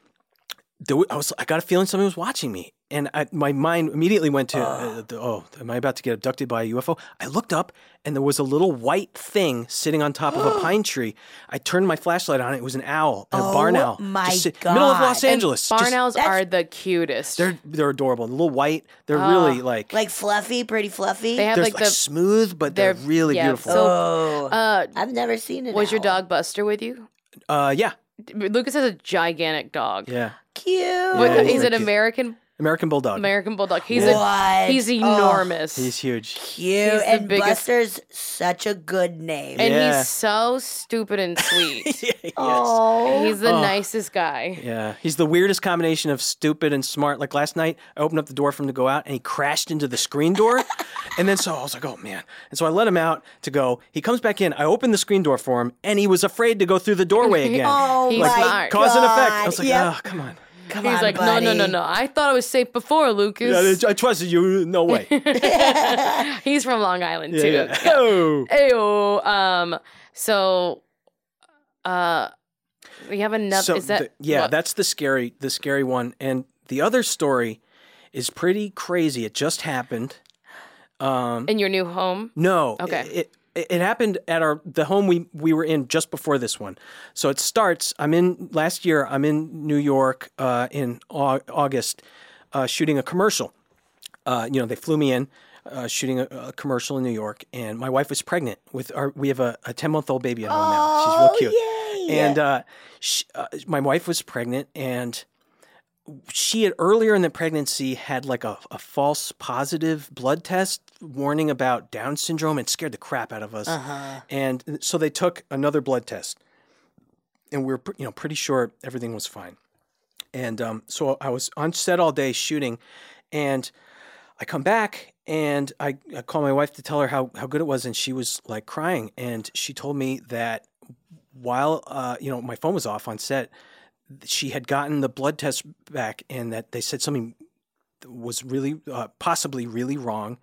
Speaker 7: there wa- I was I got a feeling something was watching me, and I, my mind immediately went to uh, the- oh, am I about to get abducted by a UFO? I looked up, and there was a little white thing sitting on top of a pine tree. I turned my flashlight on; it was an owl, a barn
Speaker 2: Oh
Speaker 7: owl,
Speaker 2: my
Speaker 7: just sit- middle of
Speaker 2: God.
Speaker 7: Los
Speaker 2: And
Speaker 7: Angeles.
Speaker 4: Barn
Speaker 7: Just-
Speaker 4: owls are the cutest.
Speaker 7: They're they're adorable. The little white. They're really like.
Speaker 2: Like fluffy, pretty fluffy.
Speaker 4: They have
Speaker 7: they're
Speaker 4: like
Speaker 7: like,
Speaker 4: the.
Speaker 7: smooth, but they're,
Speaker 4: they're-
Speaker 7: really
Speaker 4: yeah,
Speaker 7: beautiful.
Speaker 4: so-
Speaker 2: oh,
Speaker 4: uh,
Speaker 2: I've never seen it.
Speaker 4: was your dog Buster with you?
Speaker 7: Uh, yeah,
Speaker 4: D- Lucas has a gigantic dog.
Speaker 7: yeah.
Speaker 2: cute?
Speaker 4: What-
Speaker 7: Yeah, he's
Speaker 4: he's an
Speaker 7: like-
Speaker 4: American
Speaker 7: American Bulldog.
Speaker 4: American Bulldog. He's
Speaker 2: What?
Speaker 4: a he's
Speaker 2: Oh.
Speaker 4: enormous.
Speaker 7: He's huge.
Speaker 2: Cute.
Speaker 4: He's the
Speaker 2: and
Speaker 4: biggest-
Speaker 2: Buster's such a good name.
Speaker 4: and
Speaker 7: Yeah.
Speaker 4: he's so stupid and sweet.
Speaker 7: yes.
Speaker 2: Oh.
Speaker 4: he's the nicest guy.
Speaker 7: Yeah, he's the weirdest combination of stupid and smart. Like last night, I opened up the door for him to go out, and he crashed into the screen door. and then so I was like, "Oh man!" And so I let him out to go. He comes back in. I opened the screen door for him, and he was afraid to go through the doorway again.
Speaker 2: oh
Speaker 4: He's
Speaker 2: my
Speaker 4: smart.
Speaker 2: god.
Speaker 7: Cause and effect. I was like,
Speaker 2: Yep.
Speaker 7: "Oh, come on."
Speaker 2: Come
Speaker 4: He's
Speaker 2: on,
Speaker 4: like, no, no, no,
Speaker 2: buddy.
Speaker 4: no. I thought I was safe before, Lucas.
Speaker 7: I trusted you. No way.
Speaker 4: he's from Long Island too.
Speaker 7: Yeah. Oh.
Speaker 4: Ayo. Um. So, uh, we have another.
Speaker 7: So
Speaker 4: is that
Speaker 7: the- yeah,
Speaker 4: what-
Speaker 7: that's the scary, the scary one. And the other story is pretty crazy. It just happened.
Speaker 4: in your new home?
Speaker 7: No.
Speaker 4: Okay.
Speaker 7: It, it, it happened at our the home we we were in just before this one. So it starts. I'm in last year. I'm in New York uh, in Au- August, uh, shooting a commercial. Uh, you know, they flew me in. Uh, shooting a, a commercial in New York, and my wife was pregnant with our. We have a ten month old baby at home now. She's real cute. And uh, sh uh, my wife was pregnant, and she had earlier in the pregnancy had like a, a false positive blood test warning about Down syndrome. It scared the crap out of us, and uh, so they took another blood test, and we were pr- you know pretty sure everything was fine. And um, so I was on set all day shooting, and I come back and I, I call my wife to tell her how, how good it was, and she was like crying, and she told me that while uh, you know my phone was off on set, she had gotten the blood test back, and that they said something was really uh, possibly really wrong.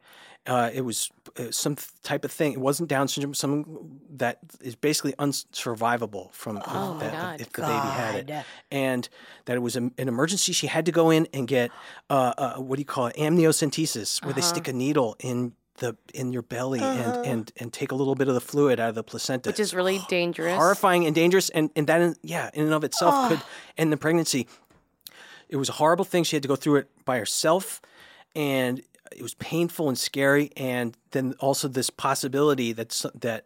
Speaker 7: Uh, it was uh, some th- type of thing. It wasn't Down syndrome. Something that is basically unsurvivable from if that- if the baby had it, and that it was an an emergency. She had to go in and get uh, uh, what do you call it? Amniocentesis, where they stick
Speaker 4: Uh-huh.
Speaker 7: a needle in the in your belly and, and and take a little bit of the fluid out of the placenta,
Speaker 4: Which is really dangerous.
Speaker 7: horrifying and dangerous and, and that in, yeah in and of itself could end the pregnancy it was a horrible thing she had to go through it by herself and it was painful and scary and then also this possibility that so- that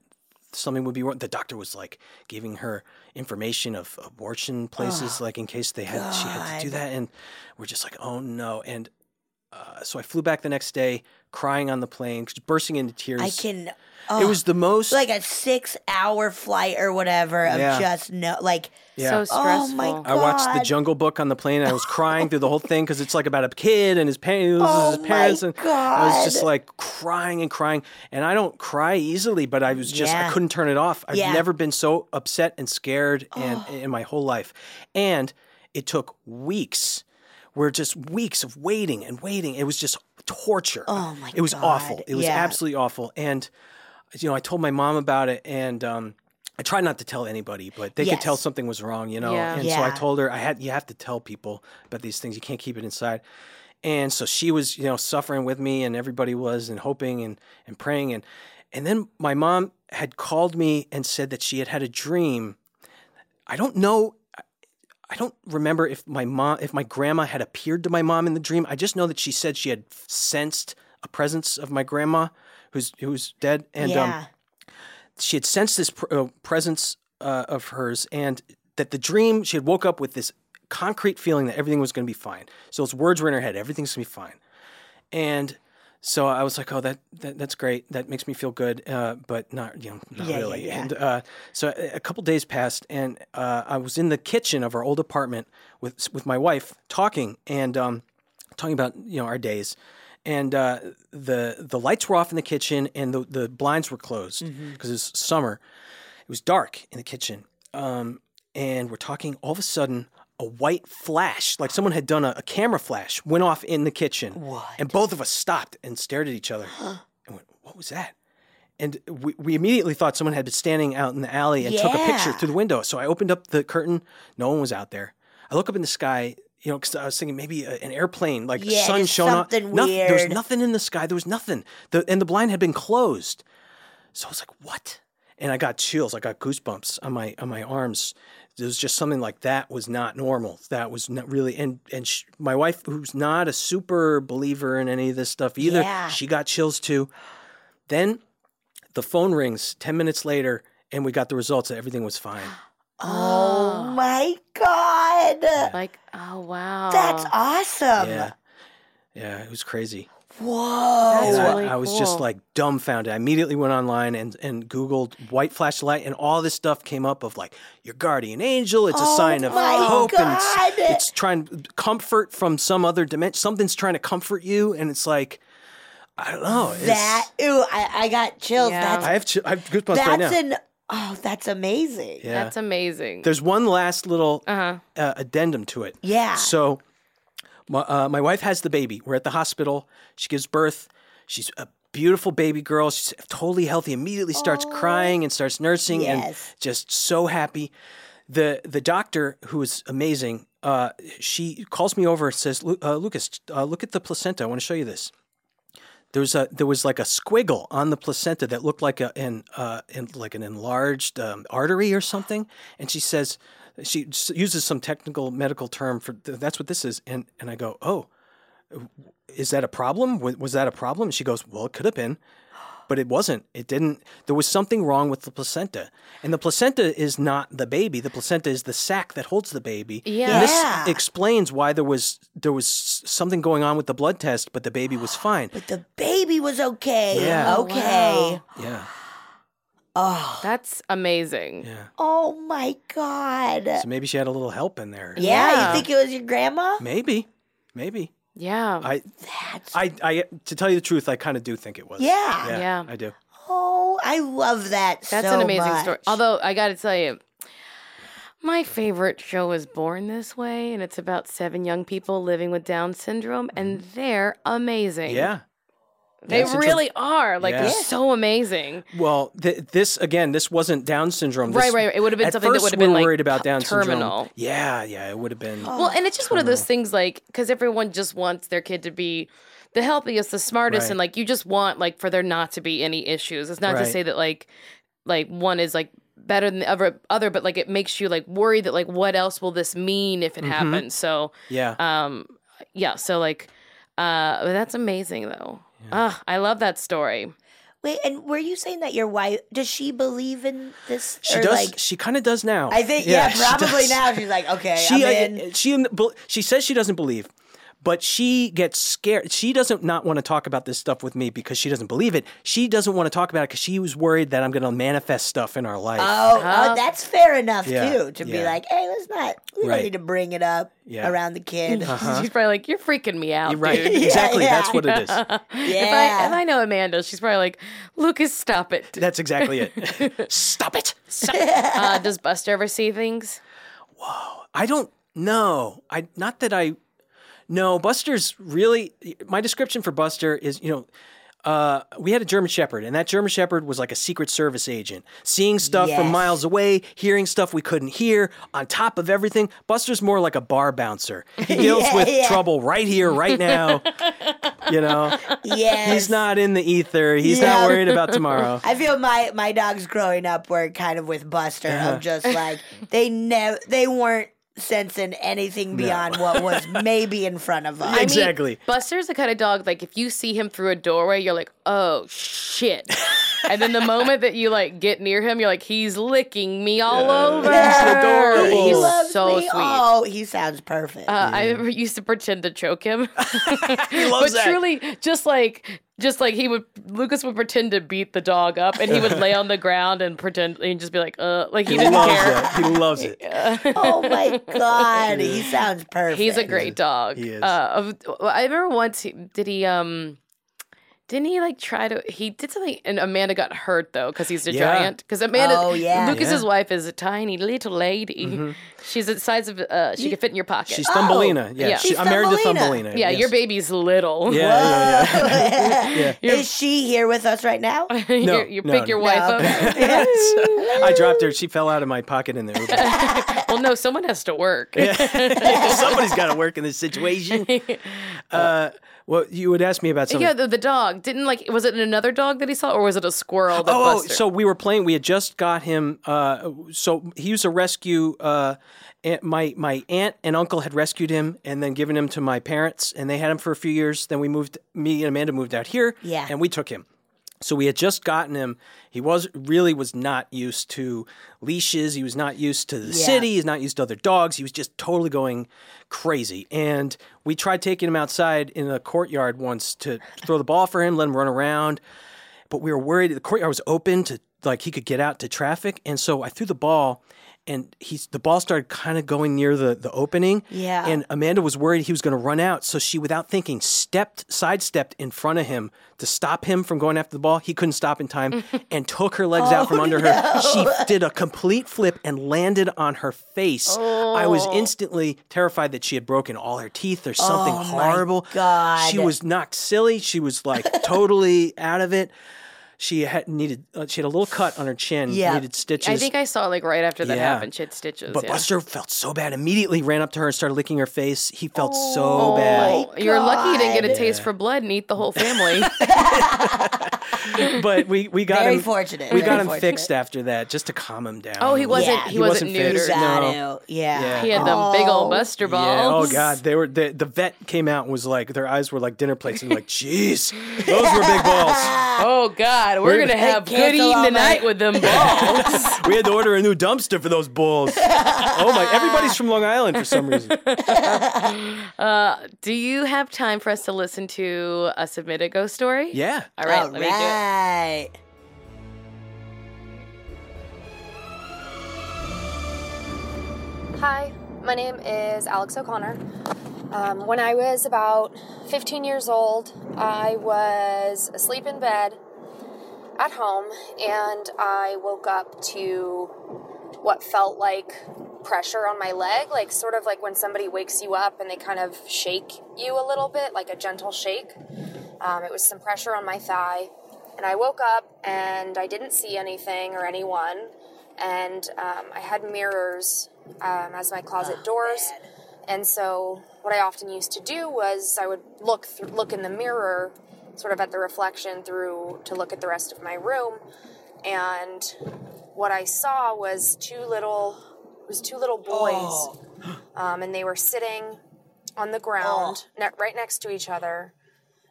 Speaker 7: something would be wrong the doctor was like giving her information of abortion places like in case they had she had to do that and we're just like oh no and uh, so i flew back the next day crying on the plane just bursting into tears
Speaker 2: I can. oh,
Speaker 7: it was the most
Speaker 2: like a six-hour flight or whatever of
Speaker 7: Yeah.
Speaker 2: just no, like.
Speaker 4: So
Speaker 7: Yeah.
Speaker 4: stressful.
Speaker 2: Oh my god!
Speaker 7: I watched The Jungle Book on the plane. And I was crying through the whole thing because it's like about a kid and his parents.
Speaker 2: Oh
Speaker 7: his parents
Speaker 2: my
Speaker 7: and I was just
Speaker 2: God.
Speaker 7: like crying and crying. And I don't cry easily, but I was just I
Speaker 2: Yeah.
Speaker 7: couldn't turn it off. I've
Speaker 2: Yeah. Oh.
Speaker 7: never been so upset and scared and in my whole life. And it took weeks. Were just weeks of waiting and waiting. It was just torture. Oh
Speaker 2: my
Speaker 7: It was awful.
Speaker 2: God.
Speaker 7: It was
Speaker 2: Yeah.
Speaker 7: absolutely awful. And you know, I told my mom about it, and um, I tried not to tell anybody, but they could tell
Speaker 2: Yes.
Speaker 7: something was wrong, you know.
Speaker 4: Yeah.
Speaker 7: And so I
Speaker 2: Yeah.
Speaker 7: told her I had you have to tell people about these things. You can't keep it inside. And so she was, you know, suffering with me, and everybody was, and hoping and and praying, and and then my mom had called me and said that she had had a dream. I don't know. I- I don't remember if my mom, if my grandma had appeared to my mom in the dream. I just know that she said she had sensed a presence of my grandma, who's who's dead, and um,
Speaker 2: yeah.
Speaker 7: she had sensed this pr- uh, presence uh, of hers, and that the dream she had woke up with this concrete feeling that everything was going to be fine. So those words were in her head, everything's going to be fine. And so I was like, oh, that, that that's great. That makes me feel good, uh, but not you know not
Speaker 2: yeah,
Speaker 7: really.
Speaker 2: yeah.
Speaker 7: And uh, so a a couple days passed, and uh, I was in the kitchen of our old apartment with with my wife talking and um, talking about you know our days. And uh, the the lights were off in the kitchen, and the, the blinds were closed because it was summer. It was dark in the kitchen, um, and we're talking. All of a sudden, a white flash, like someone had done a, a camera flash, went off in the kitchen. And both of us stopped and stared at each other and went, "What was that?" And we, we immediately thought someone had been standing out in the alley and took a picture
Speaker 2: Yeah.
Speaker 7: through the window. So I opened up the curtain. No one was out there. I look up in the sky, you know, because I was thinking maybe a, an airplane, like
Speaker 2: Yeah,
Speaker 7: sun
Speaker 2: just
Speaker 7: shone up.
Speaker 2: something
Speaker 7: Noth- There was
Speaker 2: weird.
Speaker 7: nothing in the sky. There was nothing. The, and the blind had been closed. So I was like, "What?" And I got chills. I got goosebumps on my on my arms. There was just something like that was not normal. That was not really. And and sh my wife, who's not a super believer in any of this stuff either,
Speaker 2: Yeah.
Speaker 7: she got chills too. Then the phone rings ten minutes later, and we got the results that everything was fine.
Speaker 2: Oh my god.
Speaker 4: Like, oh wow.
Speaker 2: That's awesome.
Speaker 7: yeah, yeah, it was crazy.
Speaker 2: Whoa.
Speaker 7: And Oh, I,
Speaker 4: really
Speaker 7: I was just
Speaker 4: cool.
Speaker 7: like dumbfounded. I immediately went online and, and Googled white flashlight, and all this stuff came up of like your guardian angel. It's a sign of
Speaker 2: Oh my
Speaker 7: hope, and
Speaker 2: God.
Speaker 7: it's, it's trying comfort from some other dimension. Something's trying to comfort you, and it's like I don't know. it's-
Speaker 2: that ooh, I, I got chills.
Speaker 4: Yeah.
Speaker 2: That's
Speaker 7: I have chi- I have goosebumps
Speaker 2: that's
Speaker 7: right now.
Speaker 2: an oh, that's amazing.
Speaker 7: yeah.
Speaker 4: That's amazing.
Speaker 7: There's one last little
Speaker 4: Uh-huh.
Speaker 7: uh, addendum to it.
Speaker 2: Yeah.
Speaker 7: So, my, uh, my wife has the baby. We're at the hospital. She gives birth. She's a beautiful baby girl. She's totally healthy. Immediately starts crying and starts nursing and
Speaker 2: Yes.
Speaker 7: just so happy. The the doctor who is amazing. Uh, she calls me over and says, "Lu- uh, "Lucas, uh, look at the placenta. I want to show you this." There was a there was like a squiggle on the placenta that looked like a an uh, an, like an enlarged um, artery or something, and she says she s- uses some technical medical term for th- that's what this is, and and I go oh, is that a problem? Was, was that a problem? And she goes well it could have been, but it wasn't. It didn't. There was something wrong with the placenta, and the placenta is not the baby. The placenta is the sac that holds the baby. And this
Speaker 2: Yeah.
Speaker 7: explains why there was there was s- something going on with the blood test, but the baby was fine.
Speaker 2: But the baby was okay.
Speaker 7: Yeah. Oh,
Speaker 2: Okay.
Speaker 7: Yeah,
Speaker 2: Oh.
Speaker 4: That's amazing.
Speaker 7: yeah.
Speaker 2: Oh my god. Yeah,
Speaker 7: So maybe she had a little help in there.
Speaker 4: Yeah.
Speaker 2: you think it was your grandma?
Speaker 7: Maybe, maybe.
Speaker 4: Yeah.
Speaker 7: I,
Speaker 2: That's
Speaker 7: I, I. To tell you the truth, I kind of do think it was.
Speaker 2: Yeah.
Speaker 4: Yeah.
Speaker 7: I do.
Speaker 2: Oh, I love that
Speaker 4: That's
Speaker 2: so
Speaker 4: an amazing
Speaker 2: much.
Speaker 4: story. Although I gotta tell you, my favorite show is Born This Way, and it's about seven young people living with Down syndrome, and they're amazing.
Speaker 7: Mm-hmm. Yeah.
Speaker 4: They
Speaker 7: Down syndrome-
Speaker 4: really are. Like
Speaker 7: Yeah.
Speaker 4: they're so amazing.
Speaker 7: Well, th- this again, this wasn't Down syndrome. This,
Speaker 4: Right, right, right. It would have been
Speaker 7: at
Speaker 4: something that
Speaker 7: first
Speaker 4: would have
Speaker 7: we
Speaker 4: been,
Speaker 7: were
Speaker 4: like,
Speaker 7: worried about
Speaker 4: t-
Speaker 7: Down syndrome.
Speaker 4: terminal.
Speaker 7: Yeah, yeah. It would have been.
Speaker 4: Well, and it's just one of
Speaker 7: Oh.
Speaker 4: those things like because everyone just wants their kid to be the healthiest, the smartest,
Speaker 7: Right.
Speaker 4: and like you just want like for there not to be any issues. It's not to
Speaker 7: Right.
Speaker 4: say that like like one is like better than the other, other, but like it makes you like worry that like what else will this mean if it
Speaker 7: Mm-hmm.
Speaker 4: happens? So
Speaker 7: yeah.
Speaker 4: um yeah, so like uh but that's amazing though. Ah, I love that story.
Speaker 2: Wait, and were you saying that your wife does she believe in this?
Speaker 7: she
Speaker 2: or
Speaker 7: does.
Speaker 2: like
Speaker 7: she kind of does now.
Speaker 2: I think yeah,
Speaker 7: she
Speaker 2: probably
Speaker 7: does.
Speaker 2: now she's like, okay, I'm
Speaker 7: She uh,
Speaker 2: in.
Speaker 7: she in the- bel- she says she doesn't believe, but she gets scared. She doesn't not want to talk about this stuff with me because she doesn't believe it. She doesn't want to talk about it because she was worried that I'm going to manifest stuff in our life.
Speaker 2: Oh, oh, that's fair enough
Speaker 7: Yeah,
Speaker 2: too. To be
Speaker 7: yeah.
Speaker 2: like, hey, let's not. We
Speaker 7: Right.
Speaker 2: don't need to bring it up
Speaker 7: Yeah. Uh-huh.
Speaker 2: around the kid.
Speaker 4: She's probably like, You're freaking me out.
Speaker 7: You're right.
Speaker 4: dude."
Speaker 7: exactly.
Speaker 2: yeah.
Speaker 7: That's what it is.
Speaker 4: If I,
Speaker 2: Yeah.
Speaker 4: if I know Amanda, she's probably like, Lucas, stop it.
Speaker 7: That's exactly it. Stop it.
Speaker 4: uh, does Buster ever see things?
Speaker 7: I don't know. I not that I no. Buster's really my description for Buster is you know. Uh, we had a German Shepherd, and that German Shepherd was like a Secret Service agent, seeing stuff from
Speaker 2: Yes.
Speaker 7: miles away, hearing stuff we couldn't hear. On top of everything, Buster's more like a bar bouncer. He deals with
Speaker 2: yeah.
Speaker 7: trouble right here, right now. you know,
Speaker 2: yes.
Speaker 7: he's not in the ether. He's
Speaker 2: Yeah.
Speaker 7: not worried about tomorrow.
Speaker 2: I feel my my dogs growing up were kind of with Buster
Speaker 7: Uh-huh.
Speaker 2: of just like they never they weren't sensing anything beyond what was maybe in front of us.
Speaker 7: exactly.
Speaker 4: Buster's the kind of dog like if you see him through a doorway, you're like, oh shit. and then the moment that you like get near him, you're like, he's licking me all over.
Speaker 7: adorable.
Speaker 4: He's
Speaker 7: He loves
Speaker 4: so
Speaker 2: me.
Speaker 4: sweet.
Speaker 2: Oh, he sounds perfect.
Speaker 4: Uh, I ever used to pretend to choke him.
Speaker 7: loves
Speaker 4: but
Speaker 7: that.
Speaker 4: truly, just like just like he would Lucas would pretend to beat the dog up and he would lay on the ground and pretend and just be like, uh like he
Speaker 7: He
Speaker 4: didn't
Speaker 7: loves
Speaker 4: care.
Speaker 7: it. He loves it.
Speaker 2: oh my god, he sounds perfect.
Speaker 4: He's a great dog.
Speaker 7: He is.
Speaker 4: Uh, of- I remember once he, did he um didn't he like try to he did something and Amanda got hurt though because he's a
Speaker 7: Yeah.
Speaker 4: giant because Amanda
Speaker 2: Oh, yeah.
Speaker 4: Lucas's wife is a tiny little lady. She's the size of uh, she could fit in your pocket.
Speaker 7: Mm-hmm. She's Thumbelina. yeah,
Speaker 4: yeah.
Speaker 7: She,
Speaker 2: Oh, She's
Speaker 7: I'm married to
Speaker 2: Thumbelina.
Speaker 7: Thumbelina.
Speaker 4: yeah,
Speaker 7: yes.
Speaker 4: your baby's little.
Speaker 7: Yeah, yeah, yeah.
Speaker 2: Is she here with us right now?
Speaker 4: you
Speaker 7: No,
Speaker 4: you
Speaker 7: no,
Speaker 4: pick
Speaker 7: no.
Speaker 4: your wife up.
Speaker 7: I dropped her. She fell out of my pocket in the Uber.
Speaker 4: well, no, someone has to work.
Speaker 7: Somebody's got to work in this situation. Uh, well, you would ask me about something.
Speaker 4: Yeah, the, the dog didn't like. Was it another dog that he saw, or was it a squirrel that
Speaker 7: Oh,
Speaker 4: Buster?
Speaker 7: so we were playing. We had just got him. Uh, so he was a rescue. Uh, aunt, my my aunt and uncle had rescued him and then given him to my parents, and they had him for a few years. Then we moved. Me and Amanda moved out here.
Speaker 2: Yeah.
Speaker 7: and we took him. So we had just gotten him. He was really was not used to leashes. He was not used to the city. He's not used to other dogs. He was just totally going crazy. And we tried taking him outside in the courtyard once to throw the ball for him, let him run around but we were worried the courtyard was open to like he could get out to traffic and so i threw the ball and he's the ball started kind of going near the the opening
Speaker 2: Yeah.
Speaker 7: and amanda was worried he was going to run out so she without thinking stepped sidestepped in front of him to stop him from going after the ball he couldn't stop in time and took her legs out
Speaker 2: Oh,
Speaker 7: from under her she did a complete flip and landed on her face i
Speaker 2: Oh.
Speaker 7: was instantly terrified that she had broken all her teeth or something horrible
Speaker 2: Oh, God.
Speaker 7: she was knocked silly she was like totally out of it she had needed uh, she had a little cut on her chin
Speaker 2: Yeah.
Speaker 7: needed stitches
Speaker 4: I think I saw like right after that
Speaker 7: Yeah.
Speaker 4: happened. She had stitches.
Speaker 7: but
Speaker 4: yeah.
Speaker 7: buster felt so bad immediately ran up to her and started licking her face he felt so
Speaker 4: Oh,
Speaker 7: bad
Speaker 4: you're lucky you didn't get a taste for blood and eat the whole family.
Speaker 7: but we, we got
Speaker 2: Very
Speaker 7: him
Speaker 2: fortunate,
Speaker 7: we
Speaker 2: very
Speaker 7: got him
Speaker 2: fortunate.
Speaker 7: fixed after that just to calm him down
Speaker 4: oh, he wasn't.
Speaker 2: Yeah.
Speaker 4: he,
Speaker 2: He
Speaker 4: wasn't,
Speaker 7: wasn't
Speaker 4: neutered.
Speaker 7: fixed.
Speaker 2: Got
Speaker 7: No.
Speaker 2: it. Yeah.
Speaker 7: Yeah.
Speaker 4: He had them big old Buster
Speaker 7: Yeah. Oh
Speaker 4: balls.
Speaker 7: God, they were the, the vet came out and was like their eyes were like dinner plates and like, jeez, those were big balls.
Speaker 4: Oh God, we're gonna have good
Speaker 2: cancel
Speaker 4: eating
Speaker 2: all
Speaker 4: tonight with them balls.
Speaker 7: We had to order a new dumpster for those balls. Oh my, everybody's from Long Island for some reason.
Speaker 4: Uh, Do you have time for us to listen to a submitted ghost story?
Speaker 7: Yeah.
Speaker 4: All right,
Speaker 2: All
Speaker 4: let me do it.
Speaker 2: right.
Speaker 8: Hi, my name is Alex O'Connor. Um, when I was about 15 years old, I was asleep in bed at home and I woke up to what felt like pressure on my leg, like sort of like when somebody wakes you up and they kind of shake you a little bit, like a gentle shake. Um, it was some pressure on my thigh. And I woke up and I didn't see anything or anyone. And um, I had mirrors um, as my closet doors. And so, what I often used to do was I would look through, look in the mirror, sort of at the reflection through to look at the rest of my room. And what I saw was two little it was two little boys, um, and they were sitting on the ground, ne- right next to each other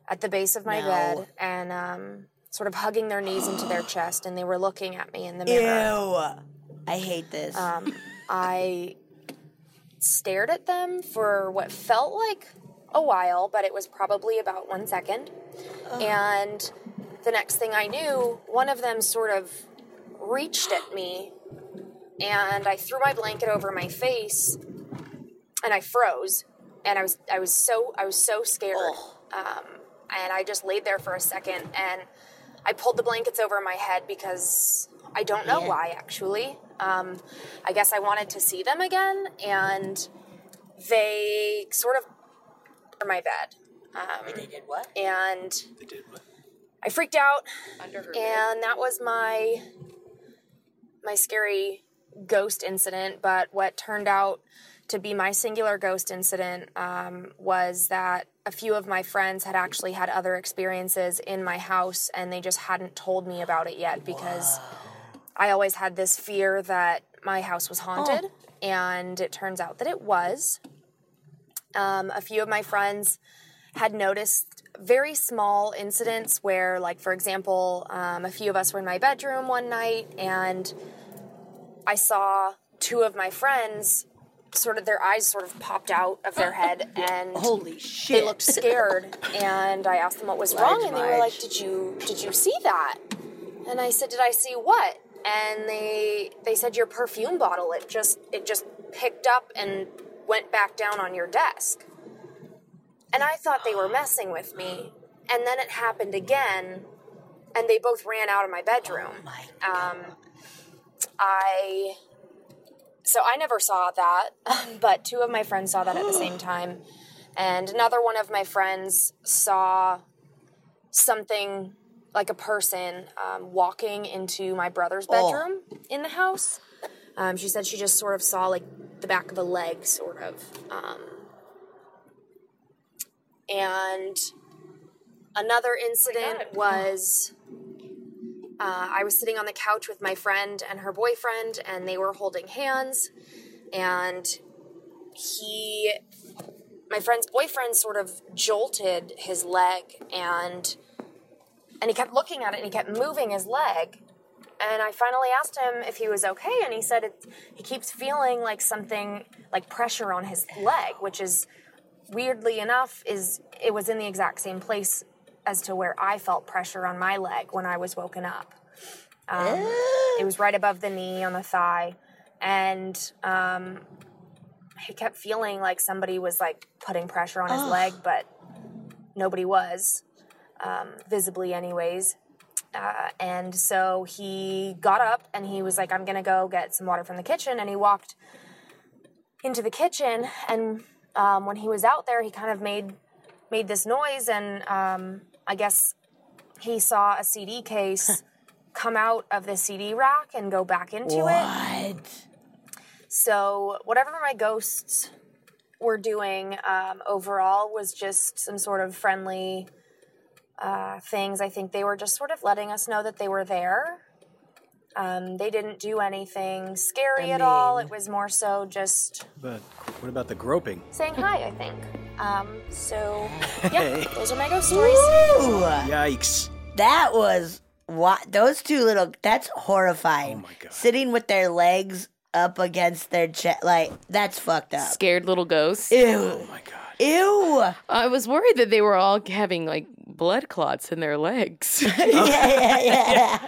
Speaker 8: at the base of my bed and um, sort of hugging their knees into their chest, and they were looking at me in the mirror.
Speaker 2: Ew. I hate this.
Speaker 4: Um,
Speaker 8: I stared at them for what felt like a while, but it was probably about one second. And the next thing I knew, one of them sort of reached at me, and I threw my blanket over my face, and I froze, and I was I was so I was so scared, um, and I just laid there for a second, and I pulled the blankets over my head because I don't know why actually. Um, I guess I wanted to see them again, and they sort of under my bed. Um, they did what? And they did what? I freaked out, and that was my my scary ghost incident. But what turned out to be my singular ghost incident um, was that a few of my friends had actually had other experiences in my house, and they just hadn't told me about it yet because I always had this fear that my house was haunted, and it turns out that it was. Um, a few of my friends had noticed very small incidents where, like, for example, um, a few of us were in my bedroom one night and I saw two of my friends sort of their eyes sort of popped out of their head and
Speaker 2: Holy shit.
Speaker 8: they looked scared and i asked them what was wrong and they were like did you did you see that and i said did i see what and they they said your perfume bottle it just it just picked up and went back down on your desk and i thought they were messing with me and then it happened again and they both ran out of my bedroom um, i so I never saw that, but two of my friends saw that at the same time. And another one of my friends saw something like a person um, walking into my brother's bedroom in the house. Um, she said she just sort of saw like the back of a leg, sort of. Um, and another incident was. Uh, I was sitting on the couch with my friend and her boyfriend, and they were holding hands. And he, my friend's boyfriend, sort of jolted his leg, and and he kept looking at it, and he kept moving his leg. And I finally asked him if he was okay, and he said it, he keeps feeling like something like pressure on his leg, which is weirdly enough is it was in the exact same place as to where I felt pressure on my leg when I was woken up. Um, it was right above the knee on the thigh, and um, I kept feeling like somebody was like putting pressure on his leg, but nobody was um, visibly, anyways. Uh, and so he got up and he was like, "I'm gonna go get some water from the kitchen," and he walked into the kitchen. And um, when he was out there, he kind of made made this noise, and um, I guess he saw a CD case come out of the CD rack and go back into it.
Speaker 2: What?
Speaker 8: So whatever my ghosts were doing um, overall was just some sort of friendly uh, things. I think they were just sort of letting us know that they were there. Um, they didn't do anything scary at all. It was more so just
Speaker 7: But what about the groping?
Speaker 8: saying hi, I think. Um, so, yeah, those are my ghost stories.
Speaker 2: Ooh,
Speaker 7: Yikes.
Speaker 2: that was what those two little that's horrifying.
Speaker 7: Oh my God.
Speaker 2: Sitting with their legs up against their chest like that's fucked up.
Speaker 4: Scared little ghosts.
Speaker 2: Ew.
Speaker 7: Oh my God.
Speaker 2: Ew.
Speaker 4: I was worried that they were all having like blood clots in their legs.
Speaker 2: yeah, yeah, yeah.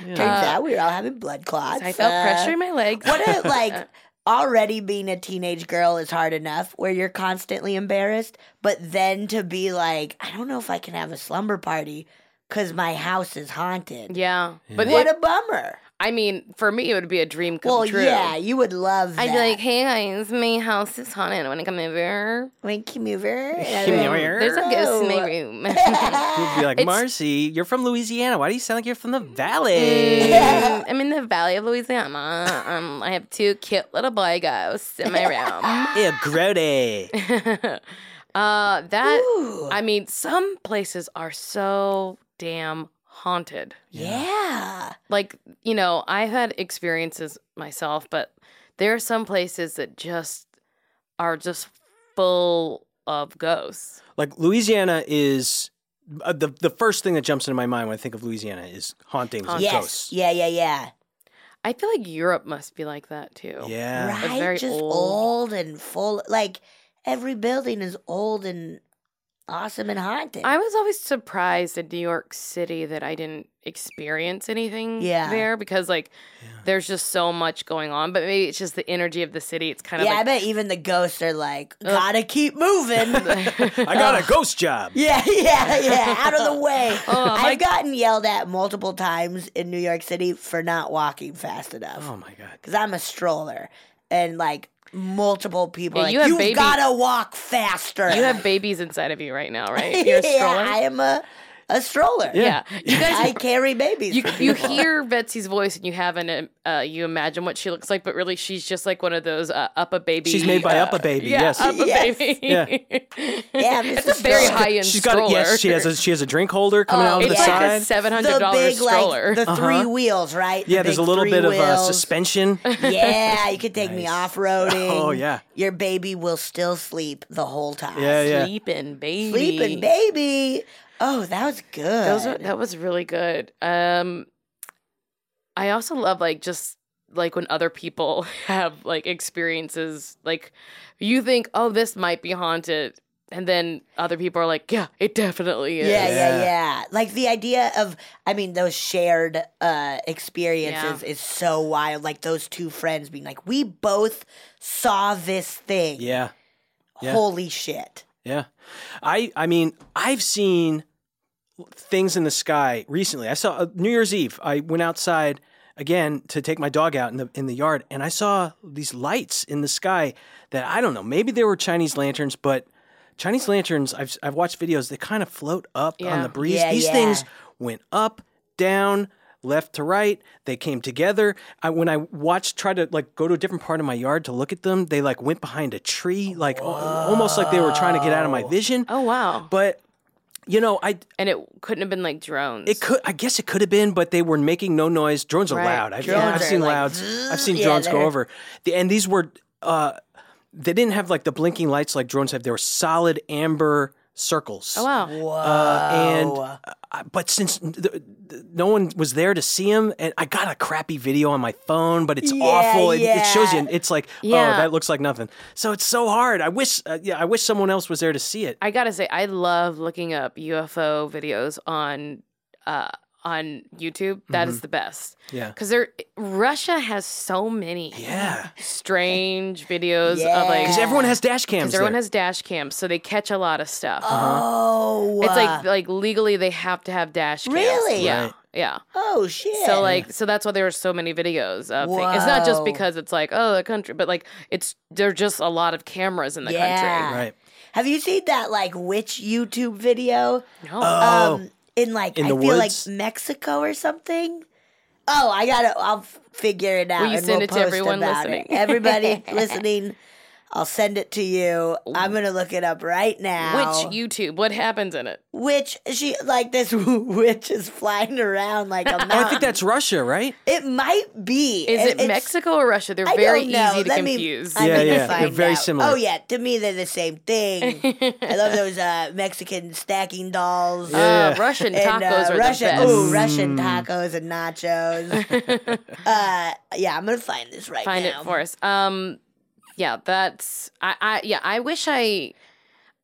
Speaker 2: Turns out we were all having blood clots.
Speaker 4: Uh, I felt
Speaker 2: Uh,
Speaker 4: pressure in my legs.
Speaker 2: What if, like, already being a teenage girl is hard enough where you're constantly embarrassed, but then to be like, I don't know if I can have a slumber party because my house is haunted.
Speaker 4: Yeah, but
Speaker 2: What
Speaker 4: it-
Speaker 2: a bummer.
Speaker 4: I mean, for me, it would be a dream come
Speaker 2: well,
Speaker 4: true.
Speaker 2: yeah, you would love that.
Speaker 4: I'd be like, "Hey guys, my house is haunted. Want to come over?
Speaker 2: Winky Mover. and um,
Speaker 7: Come
Speaker 2: then-
Speaker 7: here.
Speaker 4: There's a ghost in my room." Mm,
Speaker 7: You'd be like, Marcy, you're from Louisiana. Why do you sound like you're from the
Speaker 2: Mm.
Speaker 7: Valley?
Speaker 4: Mm, I'm in the Valley of Louisiana. Um, I have two cute little boy ghosts in my room.
Speaker 7: Ew, grody.
Speaker 4: Uh, that I mean, some places are so damn haunted.
Speaker 2: Yeah.
Speaker 4: like you know i've had experiences myself but there are some places that just are just full of ghosts
Speaker 7: like Louisiana is uh, the the first thing that jumps into my mind when I think of Louisiana is hauntings and
Speaker 2: Yes.
Speaker 7: ghosts.
Speaker 2: Yeah, yeah, yeah.
Speaker 4: i feel like europe must be like that too
Speaker 7: Yeah.
Speaker 2: right?
Speaker 4: very
Speaker 2: Just
Speaker 4: old.
Speaker 2: old and full. Like, every building is old and awesome and haunted.
Speaker 4: i was always surprised in new york city that i didn't experience anything
Speaker 2: Yeah.
Speaker 4: there because like there's just so much going on but maybe it's just the energy of the city it's kind of
Speaker 2: yeah, I
Speaker 4: like
Speaker 2: bet even the ghosts are like, gotta keep moving.
Speaker 7: I got a ghost job.
Speaker 2: yeah, yeah, yeah, out of the way.
Speaker 4: my-
Speaker 2: I've gotten yelled at multiple times in New York City for not walking fast enough
Speaker 7: Oh my god.
Speaker 2: because I'm a stroller and like multiple people
Speaker 4: Yeah,
Speaker 2: are like,
Speaker 4: you have
Speaker 2: you've
Speaker 4: baby-
Speaker 2: gotta walk faster.
Speaker 4: you have babies inside of you right now right
Speaker 2: yeah,
Speaker 4: you're a stroller
Speaker 2: I am a a stroller.
Speaker 4: Yeah. You guys
Speaker 2: I carry babies.
Speaker 4: you,
Speaker 2: for
Speaker 4: you
Speaker 2: people.
Speaker 4: hear Betsy's voice and you haven't uh, you imagine what she looks like, but really she's just like one of those uh, up a baby.
Speaker 7: She's made by
Speaker 4: uh,
Speaker 7: Up a Baby.
Speaker 4: Yeah,
Speaker 7: yes.
Speaker 4: up a
Speaker 2: Yes.
Speaker 4: baby.
Speaker 7: Yeah.
Speaker 2: Yeah,
Speaker 4: it's
Speaker 2: Mrs.
Speaker 4: a very
Speaker 2: Stroller.
Speaker 4: high end
Speaker 7: She's
Speaker 4: stroller.
Speaker 7: got a, yes, she has a she has a drink holder coming
Speaker 2: Oh,
Speaker 7: out of
Speaker 4: It's
Speaker 7: the
Speaker 4: like a
Speaker 7: side.
Speaker 4: seven hundred
Speaker 2: the
Speaker 4: dollar
Speaker 2: big
Speaker 4: stroller.
Speaker 2: like the 3 wheels, right? The
Speaker 7: Uh-huh. yeah, there's a
Speaker 2: big
Speaker 7: little
Speaker 2: three
Speaker 7: bit of uh,
Speaker 2: wheels.
Speaker 7: suspension.
Speaker 2: Yeah, you could take me off roading.
Speaker 7: Oh, yeah.
Speaker 2: your baby will still sleep the whole time.
Speaker 7: Yeah, yeah.
Speaker 4: Sleeping baby.
Speaker 2: sleeping baby. Oh, that was good.
Speaker 4: Those are, that was really good. Um, I also love like just like when other people have like experiences like you think oh this might be haunted and then other people are like yeah it definitely is.
Speaker 2: yeah,
Speaker 7: Yeah.
Speaker 2: yeah, yeah. Like the idea of, I mean, those shared uh, experiences is so wild. Like those two friends being like, we both saw this thing.
Speaker 7: yeah. yeah.
Speaker 2: Holy shit.
Speaker 7: Yeah. I I mean, I've seen things in the sky recently. I saw uh, New Year's Eve. I went outside again to take my dog out in the in the yard and I saw these lights in the sky that I don't know, maybe they were Chinese lanterns, but Chinese lanterns I've I've watched videos they kind of float up on
Speaker 4: Yeah.
Speaker 7: the breeze.
Speaker 2: Yeah,
Speaker 7: these
Speaker 2: yeah.
Speaker 7: things went up, down, left to right. They came together. I, when I watched, tried to like go to a different part of my yard to look at them, they like went behind a tree, like al- almost like they were trying to get out of my vision.
Speaker 4: Oh wow.
Speaker 7: But you know, I
Speaker 4: And it couldn't have been like drones.
Speaker 7: it could I guess it could have been, but they were making no noise. Drones are
Speaker 4: Right.
Speaker 7: loud. I've,
Speaker 2: Drones
Speaker 7: I've
Speaker 2: are
Speaker 7: seen
Speaker 2: like,
Speaker 7: louds. I've seen
Speaker 2: yeah,
Speaker 7: drones go
Speaker 2: they're-
Speaker 7: over. The, and these were uh, they didn't have like the blinking lights like drones have. They were solid amber circles.
Speaker 4: Oh wow.
Speaker 7: Uh, and
Speaker 4: Oh.
Speaker 7: uh, but since th- th- no one was there to see him, and I got a crappy video on my phone, but it's
Speaker 2: Yeah,
Speaker 7: awful. It, it shows you,
Speaker 2: yeah.
Speaker 7: it's like, oh,
Speaker 4: Yeah.
Speaker 7: that looks like nothing. So it's so hard. I wish, uh, yeah, I wish someone else was there to see it.
Speaker 4: I gotta say, I love looking up UFO videos on uh, on YouTube. That is
Speaker 7: Mm-hmm.
Speaker 4: the best.
Speaker 7: Yeah.
Speaker 4: because they're Russia has so many
Speaker 7: Yeah,
Speaker 4: strange videos of like
Speaker 2: Yeah.
Speaker 7: because everyone has dash cams.
Speaker 4: because everyone
Speaker 7: there.
Speaker 4: has dash cams, so they catch a lot of stuff.
Speaker 7: Uh-huh.
Speaker 2: Oh,
Speaker 4: It's
Speaker 2: uh,
Speaker 4: like like legally they have to have dash cams.
Speaker 2: Really?
Speaker 4: Yeah.
Speaker 7: Right.
Speaker 4: Yeah.
Speaker 2: oh shit.
Speaker 4: So like so that's why there are so many videos of things. It's not just
Speaker 2: Whoa.
Speaker 4: because it's like oh the country, but like it's there are just a lot of cameras in the
Speaker 2: Yeah.
Speaker 7: right.
Speaker 2: have you seen that like witch YouTube video?
Speaker 4: country. No.
Speaker 7: Oh,
Speaker 2: um, in like
Speaker 7: in
Speaker 2: I
Speaker 7: the
Speaker 2: feel
Speaker 7: woods?
Speaker 2: like Mexico or something. Oh, I gotta. I'll f- figure it out.
Speaker 4: Will you
Speaker 2: and
Speaker 4: send
Speaker 2: we'll
Speaker 4: it to
Speaker 2: post
Speaker 4: everyone
Speaker 2: about it.
Speaker 4: listening?
Speaker 2: Everybody listening, I'll send it to you. I'm gonna look it up right now.
Speaker 4: Which YouTube? What happens in it?
Speaker 2: Which she like this witch is flying around like a mountain.
Speaker 7: Oh, I
Speaker 4: uh,
Speaker 7: think that's Russia, right?
Speaker 2: it might be.
Speaker 4: Is
Speaker 2: And
Speaker 4: it
Speaker 2: it's-
Speaker 4: Mexico or Russia? They're
Speaker 2: I
Speaker 4: very
Speaker 2: don't know.
Speaker 4: easy to
Speaker 2: Let me-
Speaker 4: confuse.
Speaker 2: I
Speaker 7: Yeah,
Speaker 2: meant to
Speaker 7: yeah, they're
Speaker 2: find
Speaker 7: very
Speaker 2: out.
Speaker 7: similar.
Speaker 2: Oh yeah, to me they're the same thing. I love those uh, Mexican stacking dolls.
Speaker 4: Uh, Russian tacos
Speaker 2: and, uh,
Speaker 4: are
Speaker 2: Russian,
Speaker 4: the best.
Speaker 7: Mm.
Speaker 2: Ooh, Russian tacos and nachos. uh, yeah, I'm gonna find this right
Speaker 4: Find
Speaker 2: now.
Speaker 4: it for us. Um, yeah, that's I, I. Yeah, I wish I,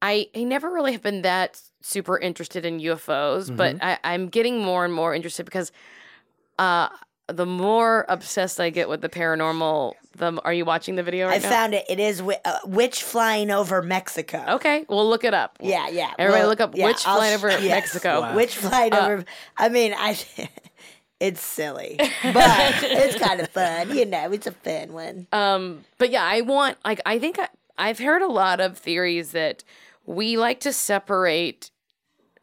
Speaker 4: I, I never really have been that super interested in UFOs, but I, I'm getting more and more interested because, uh, the more obsessed I get with the paranormal, the m- are you watching the video right
Speaker 2: I
Speaker 4: now?
Speaker 2: found it. It is wi- uh, witch flying over Mexico.
Speaker 4: okay, we'll look it up.
Speaker 2: Yeah, yeah.
Speaker 4: Everybody,
Speaker 2: Well,
Speaker 4: look up
Speaker 2: yeah,
Speaker 4: witch
Speaker 2: I'll
Speaker 4: flying
Speaker 2: sh-
Speaker 4: over
Speaker 2: yes.
Speaker 4: Mexico. Uh.
Speaker 2: Witch flying over. I mean, I. It's silly, but it's kind of fun. You know, it's a fun one.
Speaker 4: Um, but yeah, I want like I think I, I've heard a lot of theories that we like to separate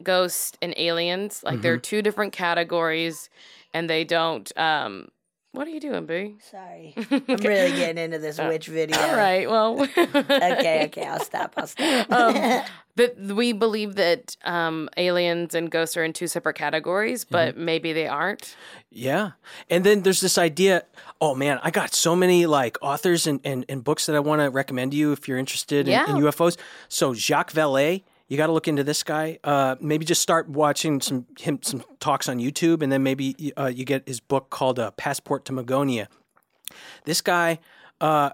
Speaker 4: ghosts and aliens. Like they're two different categories, and they don't. Um, what are you doing, Boo?
Speaker 2: Sorry, I'm really getting into this witch video.
Speaker 4: Uh, All right. Well,
Speaker 2: Okay, okay, I'll stop. I'll stop.
Speaker 4: um, that we believe that um, aliens and ghosts are in two separate categories, but maybe they aren't.
Speaker 7: Yeah. And then there's this idea. Oh man, I got so many like authors and, and, and books that I want to recommend to you if you're interested in,
Speaker 4: Yeah.
Speaker 7: in UFOs. So Jacques Vallée, you got to look into this guy. Uh, maybe just start watching some him some talks on YouTube, and then maybe uh, you get his book called uh, Passport to Magonia. This guy. Uh,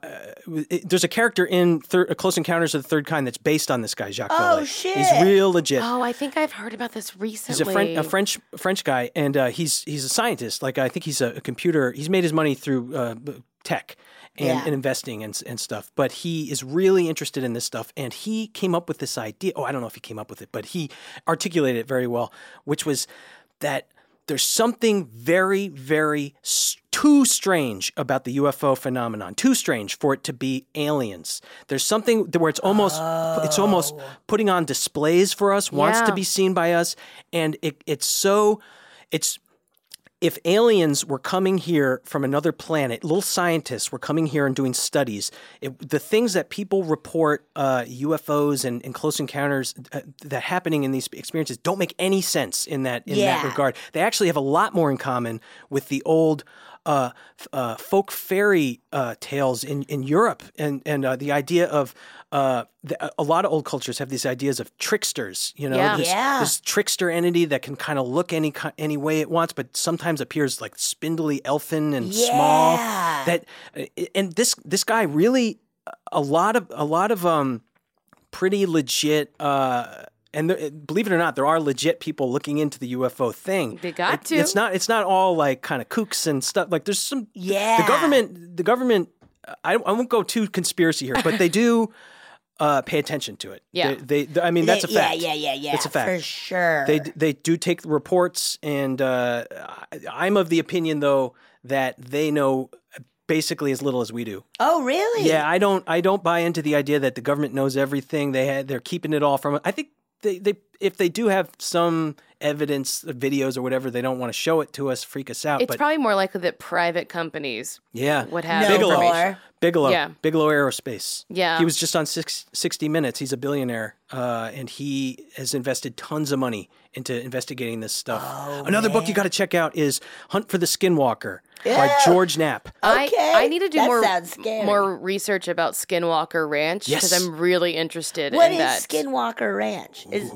Speaker 7: it- there's a character in thir- uh, Close Encounters of the Third Kind that's based on this guy, Jacques Vallée. He's
Speaker 2: shit.
Speaker 7: real legit.
Speaker 4: Oh, I think I've heard about this
Speaker 7: He's a,
Speaker 4: recently.
Speaker 7: Fren- a French French guy, and uh, he's he's a scientist. Like I think he's a, a computer. He's made his money through uh, b- tech and,
Speaker 2: Yeah.
Speaker 7: and investing and s- and stuff. But he is really interested in this stuff, and he came up with this idea. Oh, I don't know if he came up with it, but he articulated it very well, which was that There's something very, very s- too strange about the UFO phenomenon. Too strange for it to be aliens. There's something that- where it's almost it's almost putting on displays for us, wants to
Speaker 4: Yeah.
Speaker 7: be seen by us, and it, it's so it's if aliens were coming here from another planet, little scientists were coming here and doing studies, it, the things that people report uh, UFOs and, and close encounters uh, that happening in these experiences don't make any sense in that in that
Speaker 2: Yeah.
Speaker 7: regard. They actually have a lot more in common with the old. Uh, f- uh, folk fairy uh, tales in, in Europe and and uh, the idea of uh, the, a lot of old cultures have these ideas of tricksters, you know,
Speaker 4: Yeah.
Speaker 7: this,
Speaker 2: Yeah.
Speaker 7: this trickster entity that can kind of look any ki- any way it wants, but sometimes appears like spindly, elfin, and small.
Speaker 2: Yeah.
Speaker 7: That and this this guy really a lot of a lot of um pretty legit. uh and there, believe it or not, there are legit people looking into the UFO thing.
Speaker 4: They got
Speaker 7: It-
Speaker 4: to.
Speaker 7: It's not. It's not all like kind of kooks and stuff. Like there's some. The
Speaker 2: Yeah.
Speaker 7: government. The government. I, I won't go too conspiracy here, but they do uh, pay attention to it.
Speaker 4: Yeah.
Speaker 7: They, they. I mean, that's a
Speaker 2: Yeah,
Speaker 7: fact.
Speaker 2: Yeah, yeah, yeah, yeah.
Speaker 7: It's a fact.
Speaker 2: For sure.
Speaker 7: They they do take the reports, and uh, I- I'm of the opinion though that they know basically as little as we do.
Speaker 2: oh, really?
Speaker 7: Yeah, I don't I don't buy into the idea that the government knows everything. They had, they're keeping it all from. us. I think they, they if they do have some evidence, videos or whatever, they don't want to show it to us, freak us out.
Speaker 4: It's
Speaker 7: but
Speaker 4: probably more likely that private companies
Speaker 7: yeah,
Speaker 4: would have
Speaker 2: No
Speaker 7: Bigelow.
Speaker 4: information.
Speaker 2: more.
Speaker 7: Bigelow,
Speaker 4: Yeah.
Speaker 7: Bigelow Aerospace.
Speaker 4: Yeah.
Speaker 7: he was just on six, 60 Minutes. He's a billionaire, uh, and he has invested tons of money into investigating this stuff.
Speaker 4: Oh,
Speaker 7: Another book you got to check out is Hunt for the Skinwalker by George Knapp.
Speaker 2: Okay,
Speaker 4: I, I need to do
Speaker 2: that
Speaker 4: more
Speaker 2: sounds scary.
Speaker 4: more research about Skinwalker Ranch because
Speaker 7: Yes.
Speaker 4: I'm really interested
Speaker 2: What is
Speaker 4: in that.
Speaker 2: Skinwalker Ranch? Is,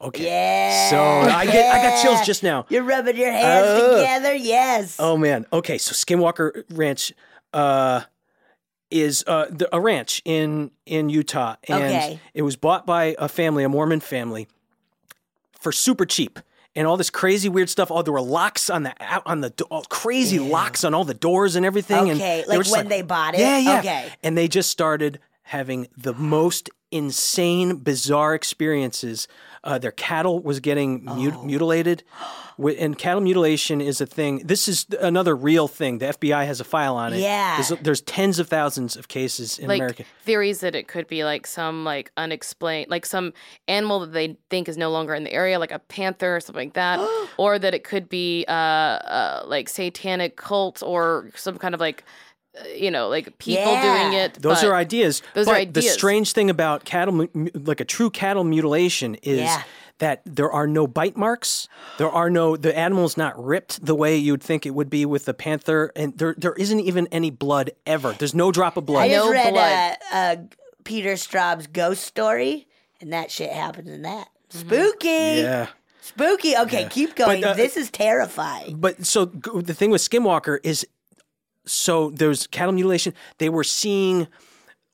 Speaker 7: Okay,
Speaker 2: yeah.
Speaker 7: so I get I got chills just now.
Speaker 2: You're rubbing your hands
Speaker 7: Oh.
Speaker 2: together. Yes.
Speaker 7: Oh man. Okay, so Skinwalker Ranch uh is uh the, a ranch in in Utah and
Speaker 2: Okay.
Speaker 7: it was bought by a family, a Mormon family for super cheap. And all this crazy weird stuff. Oh, there were locks on the out on the do- all crazy locks on all the doors and everything. and
Speaker 2: Okay,
Speaker 7: they were
Speaker 2: like
Speaker 7: just
Speaker 2: when they bought it?
Speaker 7: Yeah, yeah.
Speaker 2: Okay.
Speaker 7: And they just started having the most insane, bizarre experiences. Uh, their cattle was getting mut-
Speaker 2: Oh.
Speaker 7: mutilated, Wi- and cattle mutilation is a thing. This is another real thing. The FBI has a file on it.
Speaker 2: Yeah.
Speaker 7: there's, there's tens of thousands of cases in
Speaker 4: like
Speaker 7: America.
Speaker 4: theories that it could be like some like unexplained like some animal that they think is no longer in the area like a panther or something like that or that it could be uh, uh like satanic cult or some kind of like uh, you know like people doing
Speaker 2: Yeah.
Speaker 4: it
Speaker 7: Those
Speaker 4: but-
Speaker 7: are ideas.
Speaker 4: those
Speaker 7: but
Speaker 4: are
Speaker 7: The
Speaker 4: ideas.
Speaker 7: strange thing about cattle, mu- mu- like a true cattle mutilation, is
Speaker 2: Yeah.
Speaker 7: that there are no bite marks. There are no the animal's not ripped the way you'd think it would be with the panther, and there there isn't even any blood ever. There's no drop of
Speaker 2: I
Speaker 7: blood.
Speaker 2: just
Speaker 4: No
Speaker 2: read
Speaker 4: blood.
Speaker 2: Uh, uh, Peter Straub's ghost story, and that shit happens in that.
Speaker 4: Mm-hmm.
Speaker 2: Spooky.
Speaker 7: Yeah.
Speaker 2: Spooky. Okay, keep going.
Speaker 7: uh,
Speaker 2: this is terrifying.
Speaker 7: But so g- the thing with Skinwalker is, so there's cattle mutilation. They were seeing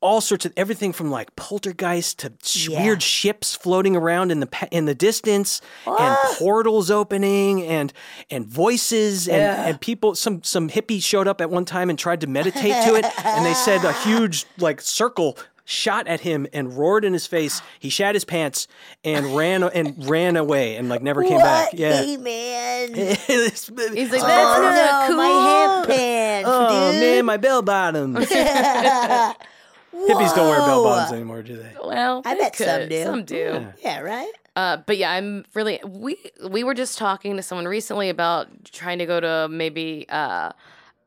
Speaker 7: all sorts of everything from like poltergeist to sh-
Speaker 2: Yeah.
Speaker 7: weird ships floating around in the pa- in the distance, and portals opening, and and voices, and, and people. Some some hippie showed up at one time and tried to meditate to it, and they said a huge like circle. Shot at him and roared in his face. He shat his pants and ran and ran away and like never came back.
Speaker 2: What?
Speaker 7: Yeah,
Speaker 2: Hey, man.
Speaker 7: He's like,
Speaker 4: He's like,
Speaker 2: oh,
Speaker 4: that's
Speaker 2: no,
Speaker 4: not cool.
Speaker 2: my handpants,
Speaker 7: Oh
Speaker 2: dude.
Speaker 7: man, my bell bottoms. Hippies don't wear bell bottoms anymore, do they?
Speaker 4: Well,
Speaker 2: I
Speaker 4: they
Speaker 2: bet some
Speaker 4: could.
Speaker 2: do.
Speaker 4: Some do.
Speaker 2: Yeah, right?
Speaker 4: Uh, but yeah, I'm really we we were just talking to someone recently about trying to go to maybe uh,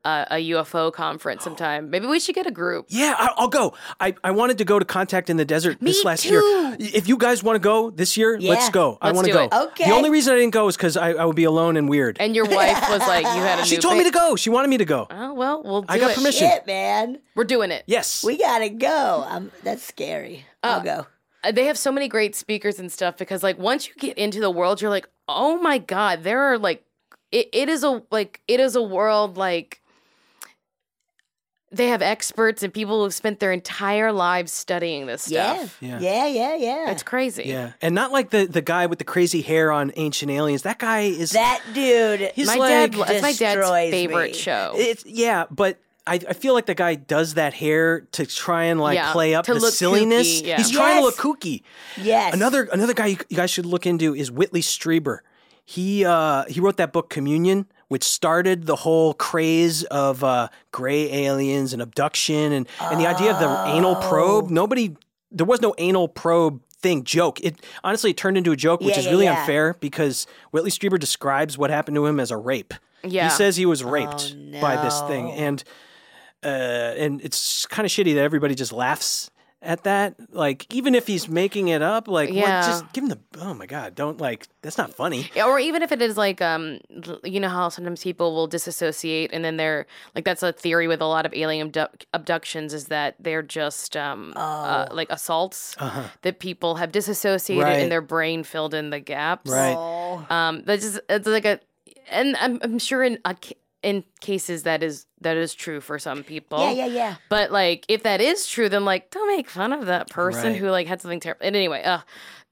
Speaker 4: a, a UFO conference sometime. Maybe we should get a group.
Speaker 7: Yeah, I, I'll go. I, I wanted to go to Contact in the Desert this last year.
Speaker 2: too.
Speaker 7: If you guys want to go this year, let's
Speaker 2: Yeah.
Speaker 7: go. I
Speaker 4: Let's
Speaker 7: want to
Speaker 4: do
Speaker 7: go.
Speaker 4: it.
Speaker 2: Okay.
Speaker 7: The only reason I didn't go is because I, I would be alone and weird.
Speaker 4: And your wife was like, "You had a
Speaker 7: she
Speaker 4: new
Speaker 7: told me
Speaker 4: ba-
Speaker 7: to go. She wanted me to go.
Speaker 4: Oh well, we'll do
Speaker 7: I got
Speaker 4: it.
Speaker 7: permission.
Speaker 2: Shit, man.
Speaker 4: We're doing it.
Speaker 7: Yes.
Speaker 2: We gotta go. Um, that's scary. I'll go.
Speaker 4: Uh, They have so many great speakers and stuff because like once you get into the world, you're like, oh my god, there are like, it, it is a like it is a world like. They have experts and people who've spent their entire lives studying this stuff.
Speaker 2: Yeah.
Speaker 7: Yeah.
Speaker 2: yeah, yeah, yeah,
Speaker 4: It's crazy.
Speaker 7: yeah. And not like the, the guy with the crazy hair on Ancient Aliens. That guy is
Speaker 2: That dude.
Speaker 7: He's
Speaker 4: My
Speaker 7: like,
Speaker 4: dad, that's my dad's
Speaker 2: destroys
Speaker 4: favorite
Speaker 2: me.
Speaker 4: show.
Speaker 7: Oh. It's yeah, but I, I feel like the guy does that hair to try and like
Speaker 4: Yeah,
Speaker 7: play up
Speaker 4: to
Speaker 7: the
Speaker 4: look
Speaker 7: silliness.
Speaker 4: kooky, yeah.
Speaker 7: He's trying to look
Speaker 2: Yes.
Speaker 7: kooky.
Speaker 2: yes.
Speaker 7: Another another guy you, you guys should look into is Whitley Strieber. He uh, he wrote that book Communion, which started the whole craze of uh, gray aliens and abduction and, and the idea of the anal
Speaker 2: Oh.
Speaker 7: probe. Nobody, there was no anal probe thing joke. It honestly it turned into a joke, which
Speaker 2: Yeah,
Speaker 7: is
Speaker 2: yeah,
Speaker 7: really
Speaker 2: yeah.
Speaker 7: unfair because Whitley Strieber describes what happened to him as a rape.
Speaker 4: Yeah.
Speaker 7: He says he was raped by this thing, and uh, and it's kind of shitty that everybody just laughs at that. Like even if he's making it up, like what-
Speaker 4: Yeah.
Speaker 7: just give him the oh my god, don't like that's not funny.
Speaker 4: Yeah, or even if it is like um l- you know how sometimes people will disassociate and then they're like that's a theory with a lot of alien abduc- abductions is that they're just um
Speaker 2: Oh.
Speaker 4: uh, like assaults
Speaker 2: Uh-huh.
Speaker 4: that people have disassociated
Speaker 7: Right.
Speaker 4: and their brain filled in the gaps
Speaker 7: Right.
Speaker 2: Oh.
Speaker 4: um that's just it's like a and i'm, I'm sure in a, ca- in cases that is that is true for some people
Speaker 2: Yeah, yeah, yeah.
Speaker 4: but like, if that is true, then like, don't make fun of that person
Speaker 7: Right.
Speaker 4: who like had something terrible. And anyway, uh,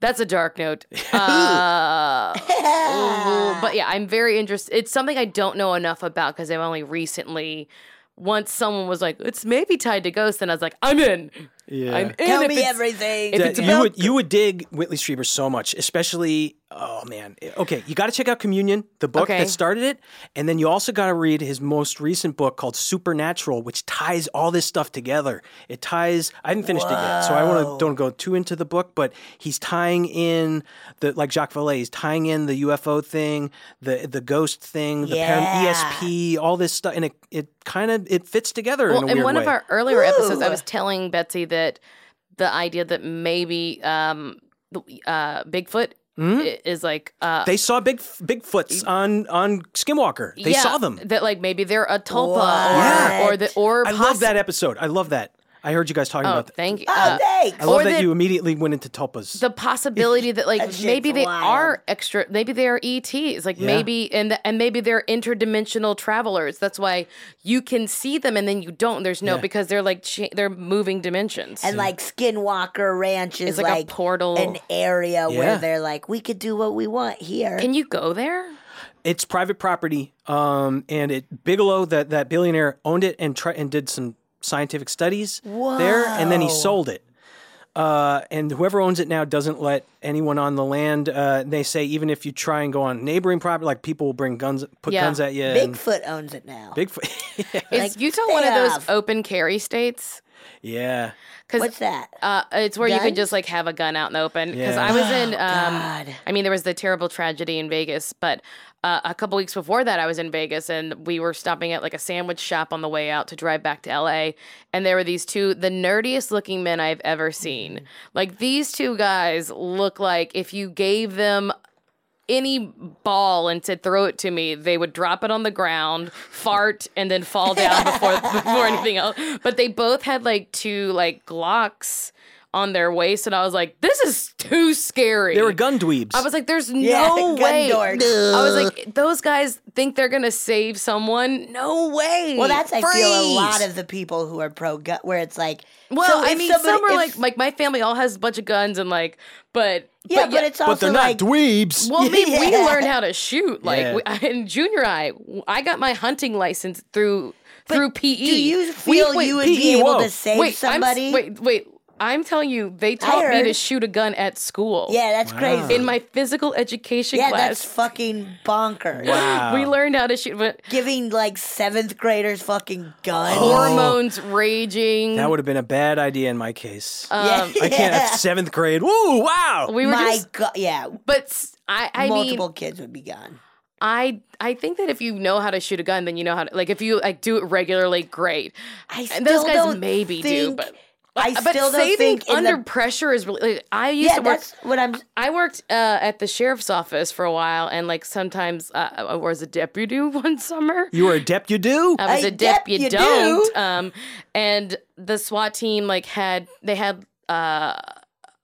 Speaker 4: that's a dark note. Uh, ooh, but yeah, I'm very interested. It's something I don't know enough about because I've only recently. Once someone was like, "It's maybe tied to ghosts," and I was like, "I'm in.
Speaker 7: Yeah.
Speaker 4: I'm in."
Speaker 2: Tell
Speaker 4: if
Speaker 2: me
Speaker 4: it's-
Speaker 2: everything.
Speaker 4: if
Speaker 7: that
Speaker 4: it's
Speaker 7: you
Speaker 4: about-
Speaker 7: would you would dig Whitley Strieber so much, especially oh man. Okay, you got to check out Communion, the book
Speaker 4: Okay.
Speaker 7: that started it, and then you also got to read his most recent book called Supernatural, which ties all this stuff together. It ties. I haven't finished it yet, so I want to don't go too into the book, but he's tying in the like Jacques Vallée, he's tying in the UFO thing, the the ghost thing, the
Speaker 2: Yeah.
Speaker 7: param- ESP, all this stuff, and it it kind of it fits together in a
Speaker 4: Well, in
Speaker 7: weird
Speaker 4: one
Speaker 7: way.
Speaker 4: of our earlier episodes, I was telling Betsy that the idea that maybe um, the, uh, Bigfoot
Speaker 7: Hmm?
Speaker 4: i- is like uh,
Speaker 7: They saw big Bigfoots on on Skinwalker. They
Speaker 4: yeah,
Speaker 7: saw them.
Speaker 4: That like maybe they're a tulpa or,
Speaker 7: Yeah.
Speaker 4: or the or
Speaker 7: I love that episode. I love that. I heard you guys talking
Speaker 4: Oh,
Speaker 7: about that.
Speaker 4: thank you.
Speaker 2: Oh,
Speaker 4: Uh,
Speaker 2: thanks.
Speaker 7: I love
Speaker 4: or
Speaker 7: that
Speaker 4: the-
Speaker 7: you immediately went into tulpas.
Speaker 4: the possibility that like
Speaker 2: shit's
Speaker 4: maybe they
Speaker 2: wild.
Speaker 4: are extra maybe they are ETs like maybe and the, and maybe they're interdimensional travelers that's why you can see them and then you don't there's no because they're like cha- they're moving dimensions
Speaker 2: And like Skinwalker Ranch is
Speaker 4: It's like a portal.
Speaker 2: an area
Speaker 7: Yeah.
Speaker 2: where they're like, we could do what we want here.
Speaker 4: can you go there
Speaker 7: it's private property, um, and it Bigelow that that billionaire owned it and tri- and did some scientific studies there, and then he sold it. Uh, and whoever owns it now doesn't let anyone on the land. Uh, they say even if you try and go on neighboring property, like people will bring guns, put
Speaker 4: Yeah.
Speaker 7: guns at you. and
Speaker 2: Bigfoot owns it now.
Speaker 7: Bigfoot. yeah.
Speaker 4: is
Speaker 2: Like,
Speaker 4: Utah one of
Speaker 2: staff.
Speaker 4: those open carry states
Speaker 7: yeah.
Speaker 2: What's that?
Speaker 4: Uh, it's where you can
Speaker 2: Guns?
Speaker 4: just like have a gun out in the open. Because
Speaker 7: Yeah.
Speaker 4: I was in, um,
Speaker 2: Oh, God.
Speaker 4: I mean, there was the terrible tragedy in Vegas, but uh, a couple weeks before that, I was in Vegas and we were stopping at like a sandwich shop on the way out to drive back to LA. And there were these two, the nerdiest looking men I've ever seen.
Speaker 7: Mm-hmm.
Speaker 4: Like these two guys look like if you gave them any ball and said throw it to me, they would drop it on the ground, fart, and then fall down before before anything else. But they both had like two like Glocks on their waist, and I was like, this is too scary.
Speaker 7: They were gun dweebs.
Speaker 4: I was like, there's
Speaker 2: Yeah,
Speaker 4: no
Speaker 2: gun
Speaker 4: way.
Speaker 2: dorks.
Speaker 4: I was like, those guys think they're gonna save someone. No way.
Speaker 2: Well, that's I feel a
Speaker 4: Freeze.
Speaker 2: lot of the people who are pro gun, where it's like,
Speaker 4: Well,
Speaker 2: so
Speaker 4: I
Speaker 2: if
Speaker 4: mean,
Speaker 2: somebody-
Speaker 4: some are
Speaker 2: if-
Speaker 4: like, like my family all has a bunch of guns and like, but
Speaker 2: yeah, but, it's also
Speaker 7: but they're not
Speaker 2: like,
Speaker 7: dweebs.
Speaker 4: Well, me, we
Speaker 2: Yeah.
Speaker 4: learned how to shoot. Like
Speaker 7: Yeah.
Speaker 4: we, in junior high, I got my hunting license through through PE.
Speaker 2: do you
Speaker 4: We-
Speaker 2: feel
Speaker 4: wait, E.
Speaker 2: you would
Speaker 7: PE,
Speaker 2: be able
Speaker 7: whoa.
Speaker 2: to save
Speaker 4: wait,
Speaker 2: somebody?
Speaker 4: I'm, wait, wait. I'm telling you, they taught me to
Speaker 2: heard.
Speaker 4: shoot a gun at school.
Speaker 2: yeah, that's crazy.
Speaker 4: in my physical education
Speaker 2: yeah, that's
Speaker 4: class,
Speaker 2: fucking bonkers.
Speaker 4: we learned how to shoot. But
Speaker 2: Giving like seventh graders fucking guns.
Speaker 4: hormones raging.
Speaker 7: Oh. That would have been a bad idea in my case.
Speaker 2: yeah,
Speaker 7: I can't. At seventh grade. Woo! Wow.
Speaker 4: Uh, Um, we were
Speaker 2: my
Speaker 4: just,
Speaker 2: god, yeah.
Speaker 4: but s- I, I mean,
Speaker 2: multiple kids would be gone.
Speaker 4: I I think that if you know how to shoot a gun, then you know how to like if you like do it regularly, great.
Speaker 2: I
Speaker 4: and those
Speaker 2: still
Speaker 4: guys
Speaker 2: don't
Speaker 4: maybe do,
Speaker 2: think-
Speaker 4: but
Speaker 2: I
Speaker 4: but
Speaker 2: still don't
Speaker 4: saving
Speaker 2: think in the-
Speaker 4: under pressure is really. Like, I used
Speaker 2: Yeah,
Speaker 4: to work.
Speaker 2: that's what I'm.
Speaker 4: I worked uh, at the sheriff's office for a while, and like sometimes uh, I was a deputy one summer.
Speaker 7: You were a dep you do?
Speaker 4: I was
Speaker 2: A
Speaker 4: a dep, you
Speaker 2: deputy.
Speaker 4: don't. Um, and the SWAT team like had they had uh,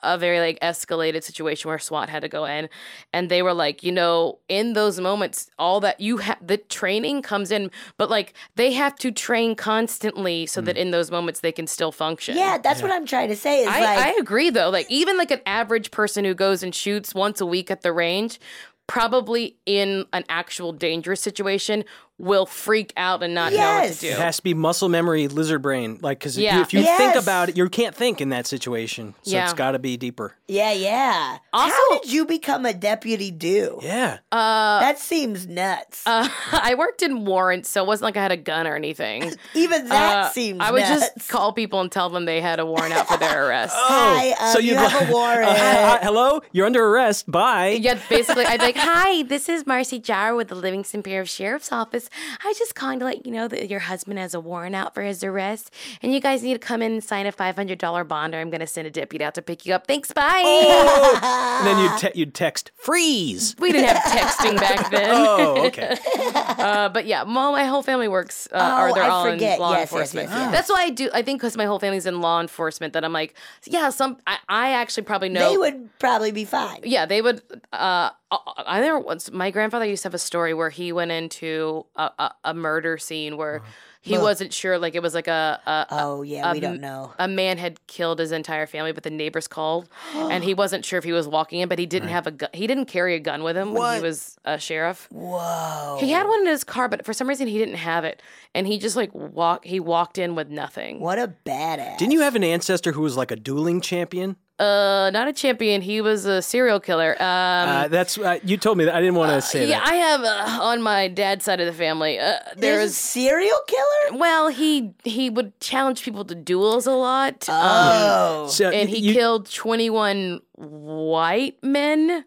Speaker 4: a very like escalated situation where SWAT had to go in, and they were like, you know, in those moments, all that you have the training comes in, but like they have to train constantly so that in those moments they can still function.
Speaker 2: Yeah, that's what I'm trying to say. Is
Speaker 4: I,
Speaker 2: like,
Speaker 4: I agree though. Like even like an average person who goes and shoots once a week at the range, probably in an actual dangerous situation, will freak out and not
Speaker 2: Yes.
Speaker 4: know
Speaker 7: It
Speaker 4: what to do.
Speaker 7: has to be muscle memory, lizard brain. Like, because
Speaker 4: Yeah.
Speaker 7: if you think
Speaker 2: Yes.
Speaker 7: about it, you can't think in that situation. So
Speaker 4: Yeah.
Speaker 7: it's got to be deeper.
Speaker 2: Yeah, yeah. How
Speaker 4: Also-
Speaker 2: did you become a deputy do?
Speaker 7: Yeah.
Speaker 2: that seems nuts.
Speaker 4: Uh, I worked in warrants, so it wasn't like I had a gun or anything.
Speaker 2: Even that
Speaker 4: Uh,
Speaker 2: seems
Speaker 4: I would
Speaker 2: nuts.
Speaker 4: just call people and tell them they had a warrant out for their arrest.
Speaker 7: Oh.
Speaker 2: Hi, um, you
Speaker 7: go-
Speaker 2: have a warrant.
Speaker 7: Uh, hi- hello? You're under arrest. Bye.
Speaker 4: Yeah, basically, I'd be like, "Hi, this is Marcy Jar with the Livingston Bureau Sheriff's Office. I just calling to let you know that your husband has a warrant out for his arrest, and you guys need to come in and sign a five hundred dollar bond, or I'm going to send a deputy out to pick you up. Thanks, bye."
Speaker 7: Oh. And then you'd, te- you'd text, freeze.
Speaker 4: We didn't have texting back then,
Speaker 7: Oh, okay.
Speaker 4: uh, but yeah, my, my whole family works, uh,
Speaker 2: Oh,
Speaker 4: or they're
Speaker 2: I
Speaker 4: all
Speaker 2: forget.
Speaker 4: in law
Speaker 2: Yes, yes,
Speaker 4: enforcement.
Speaker 2: yes, yes.
Speaker 4: That's why I do. I think because my whole family's in law enforcement, that I'm like, yeah, some. I, I actually probably know.
Speaker 2: They would probably be fine.
Speaker 4: Yeah, they would. Uh, I I remember once my grandfather used to have a story where he went into a, a, a murder scene where he wasn't sure, like it was like a a,
Speaker 2: Oh yeah, we
Speaker 4: um,
Speaker 2: don't know.
Speaker 4: a man had killed his entire family, but the neighbors called, and he wasn't sure if he was walking in, but he didn't have a gun. He didn't carry a gun with him when he was a sheriff.
Speaker 2: Whoa.
Speaker 4: He
Speaker 7: Oh.
Speaker 4: had one in his car, but for some reason he didn't have it, and he just like walk. He walked in with nothing.
Speaker 2: What a badass.
Speaker 7: Didn't you have an ancestor who was like a dueling champion?
Speaker 4: Uh, not a champion. He was a serial killer. Um,
Speaker 7: uh, that's uh, You told me that. I didn't want to say
Speaker 4: yeah,
Speaker 7: that.
Speaker 4: I have uh, on my dad's side of the family. Uh, there
Speaker 2: There's a
Speaker 4: was
Speaker 2: serial killer?
Speaker 4: well, he he would challenge people to duels a lot,
Speaker 2: Oh.
Speaker 7: so
Speaker 4: um, and he
Speaker 7: Uh, you-
Speaker 4: killed twenty one white men.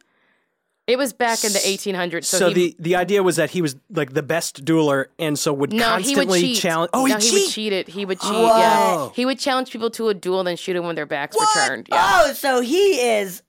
Speaker 4: It was back in the eighteen hundreds.
Speaker 7: So,
Speaker 4: So, he,
Speaker 7: the, the idea was that he was like the best dueler and so would
Speaker 4: no, he would
Speaker 7: constantly
Speaker 4: cheat.
Speaker 7: challenge.
Speaker 4: no,
Speaker 7: Oh, he,
Speaker 4: he
Speaker 7: cheat.
Speaker 4: would cheat it. He would cheat.
Speaker 7: Whoa.
Speaker 4: Yeah, he would challenge people to a duel, and then shoot them when their backs
Speaker 2: What?
Speaker 4: were turned. Yeah.
Speaker 2: Oh, so he is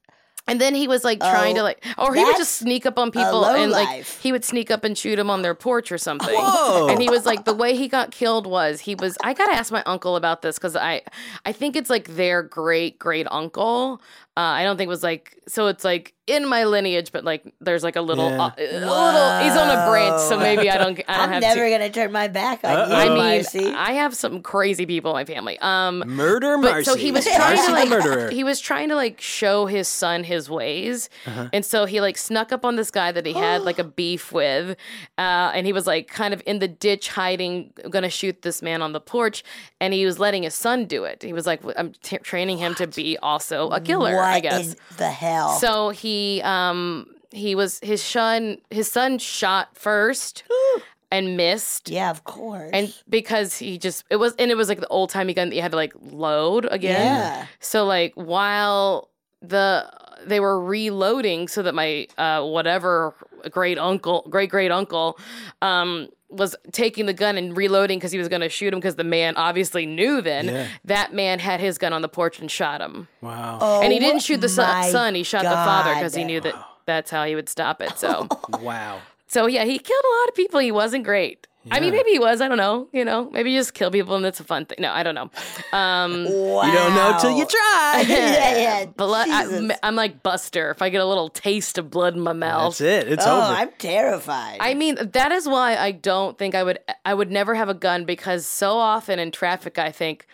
Speaker 4: And then he was like trying to
Speaker 2: Oh,
Speaker 4: like, or he would
Speaker 2: that's
Speaker 4: just sneak up on people
Speaker 2: low
Speaker 4: and like
Speaker 2: life.
Speaker 4: he would sneak up and shoot him on their porch or something.
Speaker 7: Whoa.
Speaker 4: And he was like, the way he got killed was he was. I gotta ask my uncle about this because I, I think it's like their great great uncle. Uh, I don't think it was like so. It's like in my lineage, but like there's like a little,
Speaker 7: Yeah.
Speaker 4: uh, a little. He's on a branch, so maybe I don't. I don't
Speaker 2: I'm
Speaker 4: have.
Speaker 2: never
Speaker 4: to,
Speaker 2: gonna turn my back on you,
Speaker 7: I
Speaker 4: I mean,
Speaker 2: Marcy.
Speaker 4: I have some crazy people in my family. Um,
Speaker 7: Murder
Speaker 4: but
Speaker 7: Marcy.
Speaker 4: so he was trying
Speaker 7: Marcy
Speaker 4: to
Speaker 7: the
Speaker 4: like
Speaker 7: murderer.
Speaker 4: he was trying to like show his son his ways,
Speaker 2: Uh-huh.
Speaker 4: and so he like snuck up on this guy that he had like a beef with, uh, and he was like kind of in the ditch hiding, gonna shoot this man on the porch, and he was letting his son do it. He was like, "I'm t- training him to be also a killer,
Speaker 2: what
Speaker 4: I guess."
Speaker 2: in the hell?
Speaker 4: So he um he was his son his son shot first and missed.
Speaker 2: yeah, of course.
Speaker 4: And because he just it was and it was like the old timey gun that you had to like load again.
Speaker 2: Yeah.
Speaker 4: So like while the they were reloading so that my uh whatever great uncle great great uncle um was taking the gun and reloading because he was going to shoot him because the man obviously knew then
Speaker 7: Yeah.
Speaker 4: that man had his gun on the porch and shot him
Speaker 7: wow.
Speaker 4: and he
Speaker 2: Oh
Speaker 4: didn't shoot the
Speaker 2: my
Speaker 4: son, son he shot the father
Speaker 2: God.
Speaker 4: because he knew that that's how he would stop it so
Speaker 7: Wow.
Speaker 4: so yeah, he killed a lot of people. He wasn't great. I mean, maybe he was. I don't know. You know, maybe you just kill people and it's a fun thing. No, I don't know. Um,
Speaker 2: Wow.
Speaker 7: You don't know till you try.
Speaker 2: yeah, yeah.
Speaker 4: blood.
Speaker 2: Jesus.
Speaker 4: I, am like Buster. If I get a little taste of blood in my mouth,
Speaker 7: That's it. It's
Speaker 2: oh,
Speaker 7: over.
Speaker 2: I'm terrified.
Speaker 4: I mean, that is why I don't think I would. I would never have a gun because so often in traffic, I think.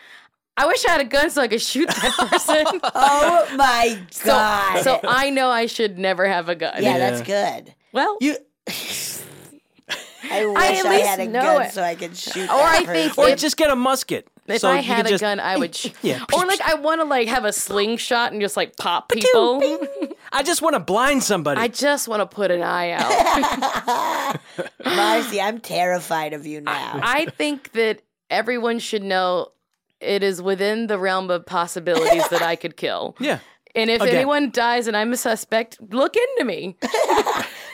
Speaker 4: I wish I had a gun so I could shoot that person.
Speaker 2: oh my god.
Speaker 4: so, so I know I should never have a gun.
Speaker 2: yeah,
Speaker 7: Yeah.
Speaker 2: that's good.
Speaker 4: Well,
Speaker 2: You. I wish I,
Speaker 4: at least
Speaker 2: had a
Speaker 4: know
Speaker 2: gun
Speaker 4: it.
Speaker 2: so I could shoot.
Speaker 4: or
Speaker 2: that
Speaker 4: I think
Speaker 7: or
Speaker 4: if-
Speaker 7: just get a musket.
Speaker 4: If
Speaker 7: So
Speaker 4: I
Speaker 7: you
Speaker 4: had
Speaker 7: could
Speaker 4: a
Speaker 7: just-
Speaker 4: gun, I would. Sh-
Speaker 7: Yeah.
Speaker 4: Or like I want to like have a slingshot and just like pop people.
Speaker 7: I just want to blind somebody.
Speaker 4: I just want to put an eye out.
Speaker 2: person. Marcy, I'm terrified of you now.
Speaker 4: I think that everyone should know it is within the realm of possibilities that I could kill.
Speaker 7: yeah.
Speaker 4: And if
Speaker 7: Again.
Speaker 4: anyone dies and I'm a suspect, look into me.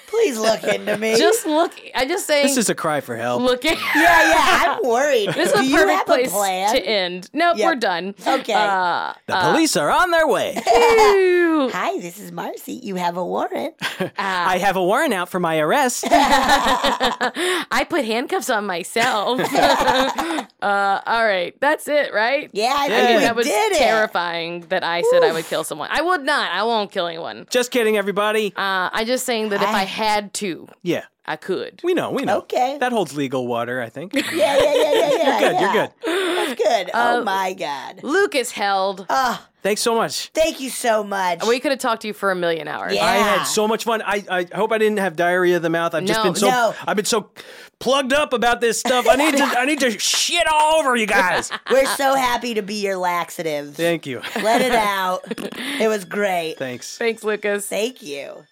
Speaker 2: Please look into me.
Speaker 4: Just look. I just saying.
Speaker 7: This is a cry for help.
Speaker 4: look in.
Speaker 2: yeah, yeah. I'm worried.
Speaker 4: This
Speaker 2: Do
Speaker 4: is a
Speaker 2: you have
Speaker 4: perfect place
Speaker 2: a plan?
Speaker 4: to end. Nope,
Speaker 2: Yeah.
Speaker 4: we're done.
Speaker 2: Okay.
Speaker 4: Uh,
Speaker 7: the police are on their way.
Speaker 4: ew.
Speaker 2: Hi, this is Marcy. You have a warrant.
Speaker 7: I have a warrant out for my arrest.
Speaker 4: I put handcuffs on myself. uh, all right, that's it, right?
Speaker 2: Yeah, I
Speaker 7: Yeah.
Speaker 2: think we
Speaker 4: that was
Speaker 2: did it.
Speaker 4: terrifying that I said I would kill someone. I would not. I won't kill anyone.
Speaker 7: just kidding, everybody.
Speaker 4: Uh, I'm just saying that if I, had to,
Speaker 7: Yeah.
Speaker 9: I could.
Speaker 7: We know, we know.
Speaker 2: Okay.
Speaker 7: That holds legal water, I think. You're
Speaker 2: Yeah, yeah, yeah, yeah, yeah.
Speaker 7: good,
Speaker 2: yeah.
Speaker 7: you're good.
Speaker 2: That's good.
Speaker 4: Uh,
Speaker 2: oh my god.
Speaker 9: Luke is held.
Speaker 2: Oh,
Speaker 7: Thanks so much.
Speaker 2: thank you so much.
Speaker 9: we could have talked to you for a million hours.
Speaker 2: Yeah.
Speaker 7: I had so much fun. I, I hope I didn't have diarrhea of the mouth. I've just
Speaker 9: No,
Speaker 7: been so
Speaker 2: no.
Speaker 7: I've been so plugged up about this stuff. I need to I need to shit all over you guys.
Speaker 2: We're so happy to be your laxatives.
Speaker 7: Thank you.
Speaker 2: Let it out. it was great.
Speaker 7: Thanks.
Speaker 9: Thanks, Lucas.
Speaker 2: Thank you.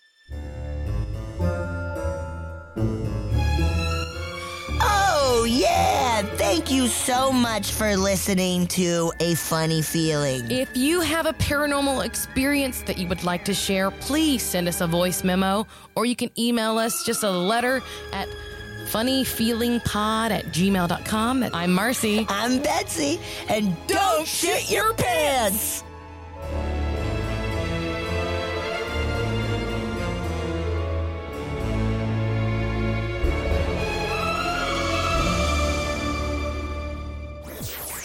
Speaker 2: Oh, yeah. Thank you so much for listening to A Funny Feeling.
Speaker 4: If you have a paranormal experience that you would like to share, please send us a voice memo or you can email us just a letter at funnyfeelingpod at gmail.com. I'm Marcy.
Speaker 2: I'm Betsy, and don't shit your pants.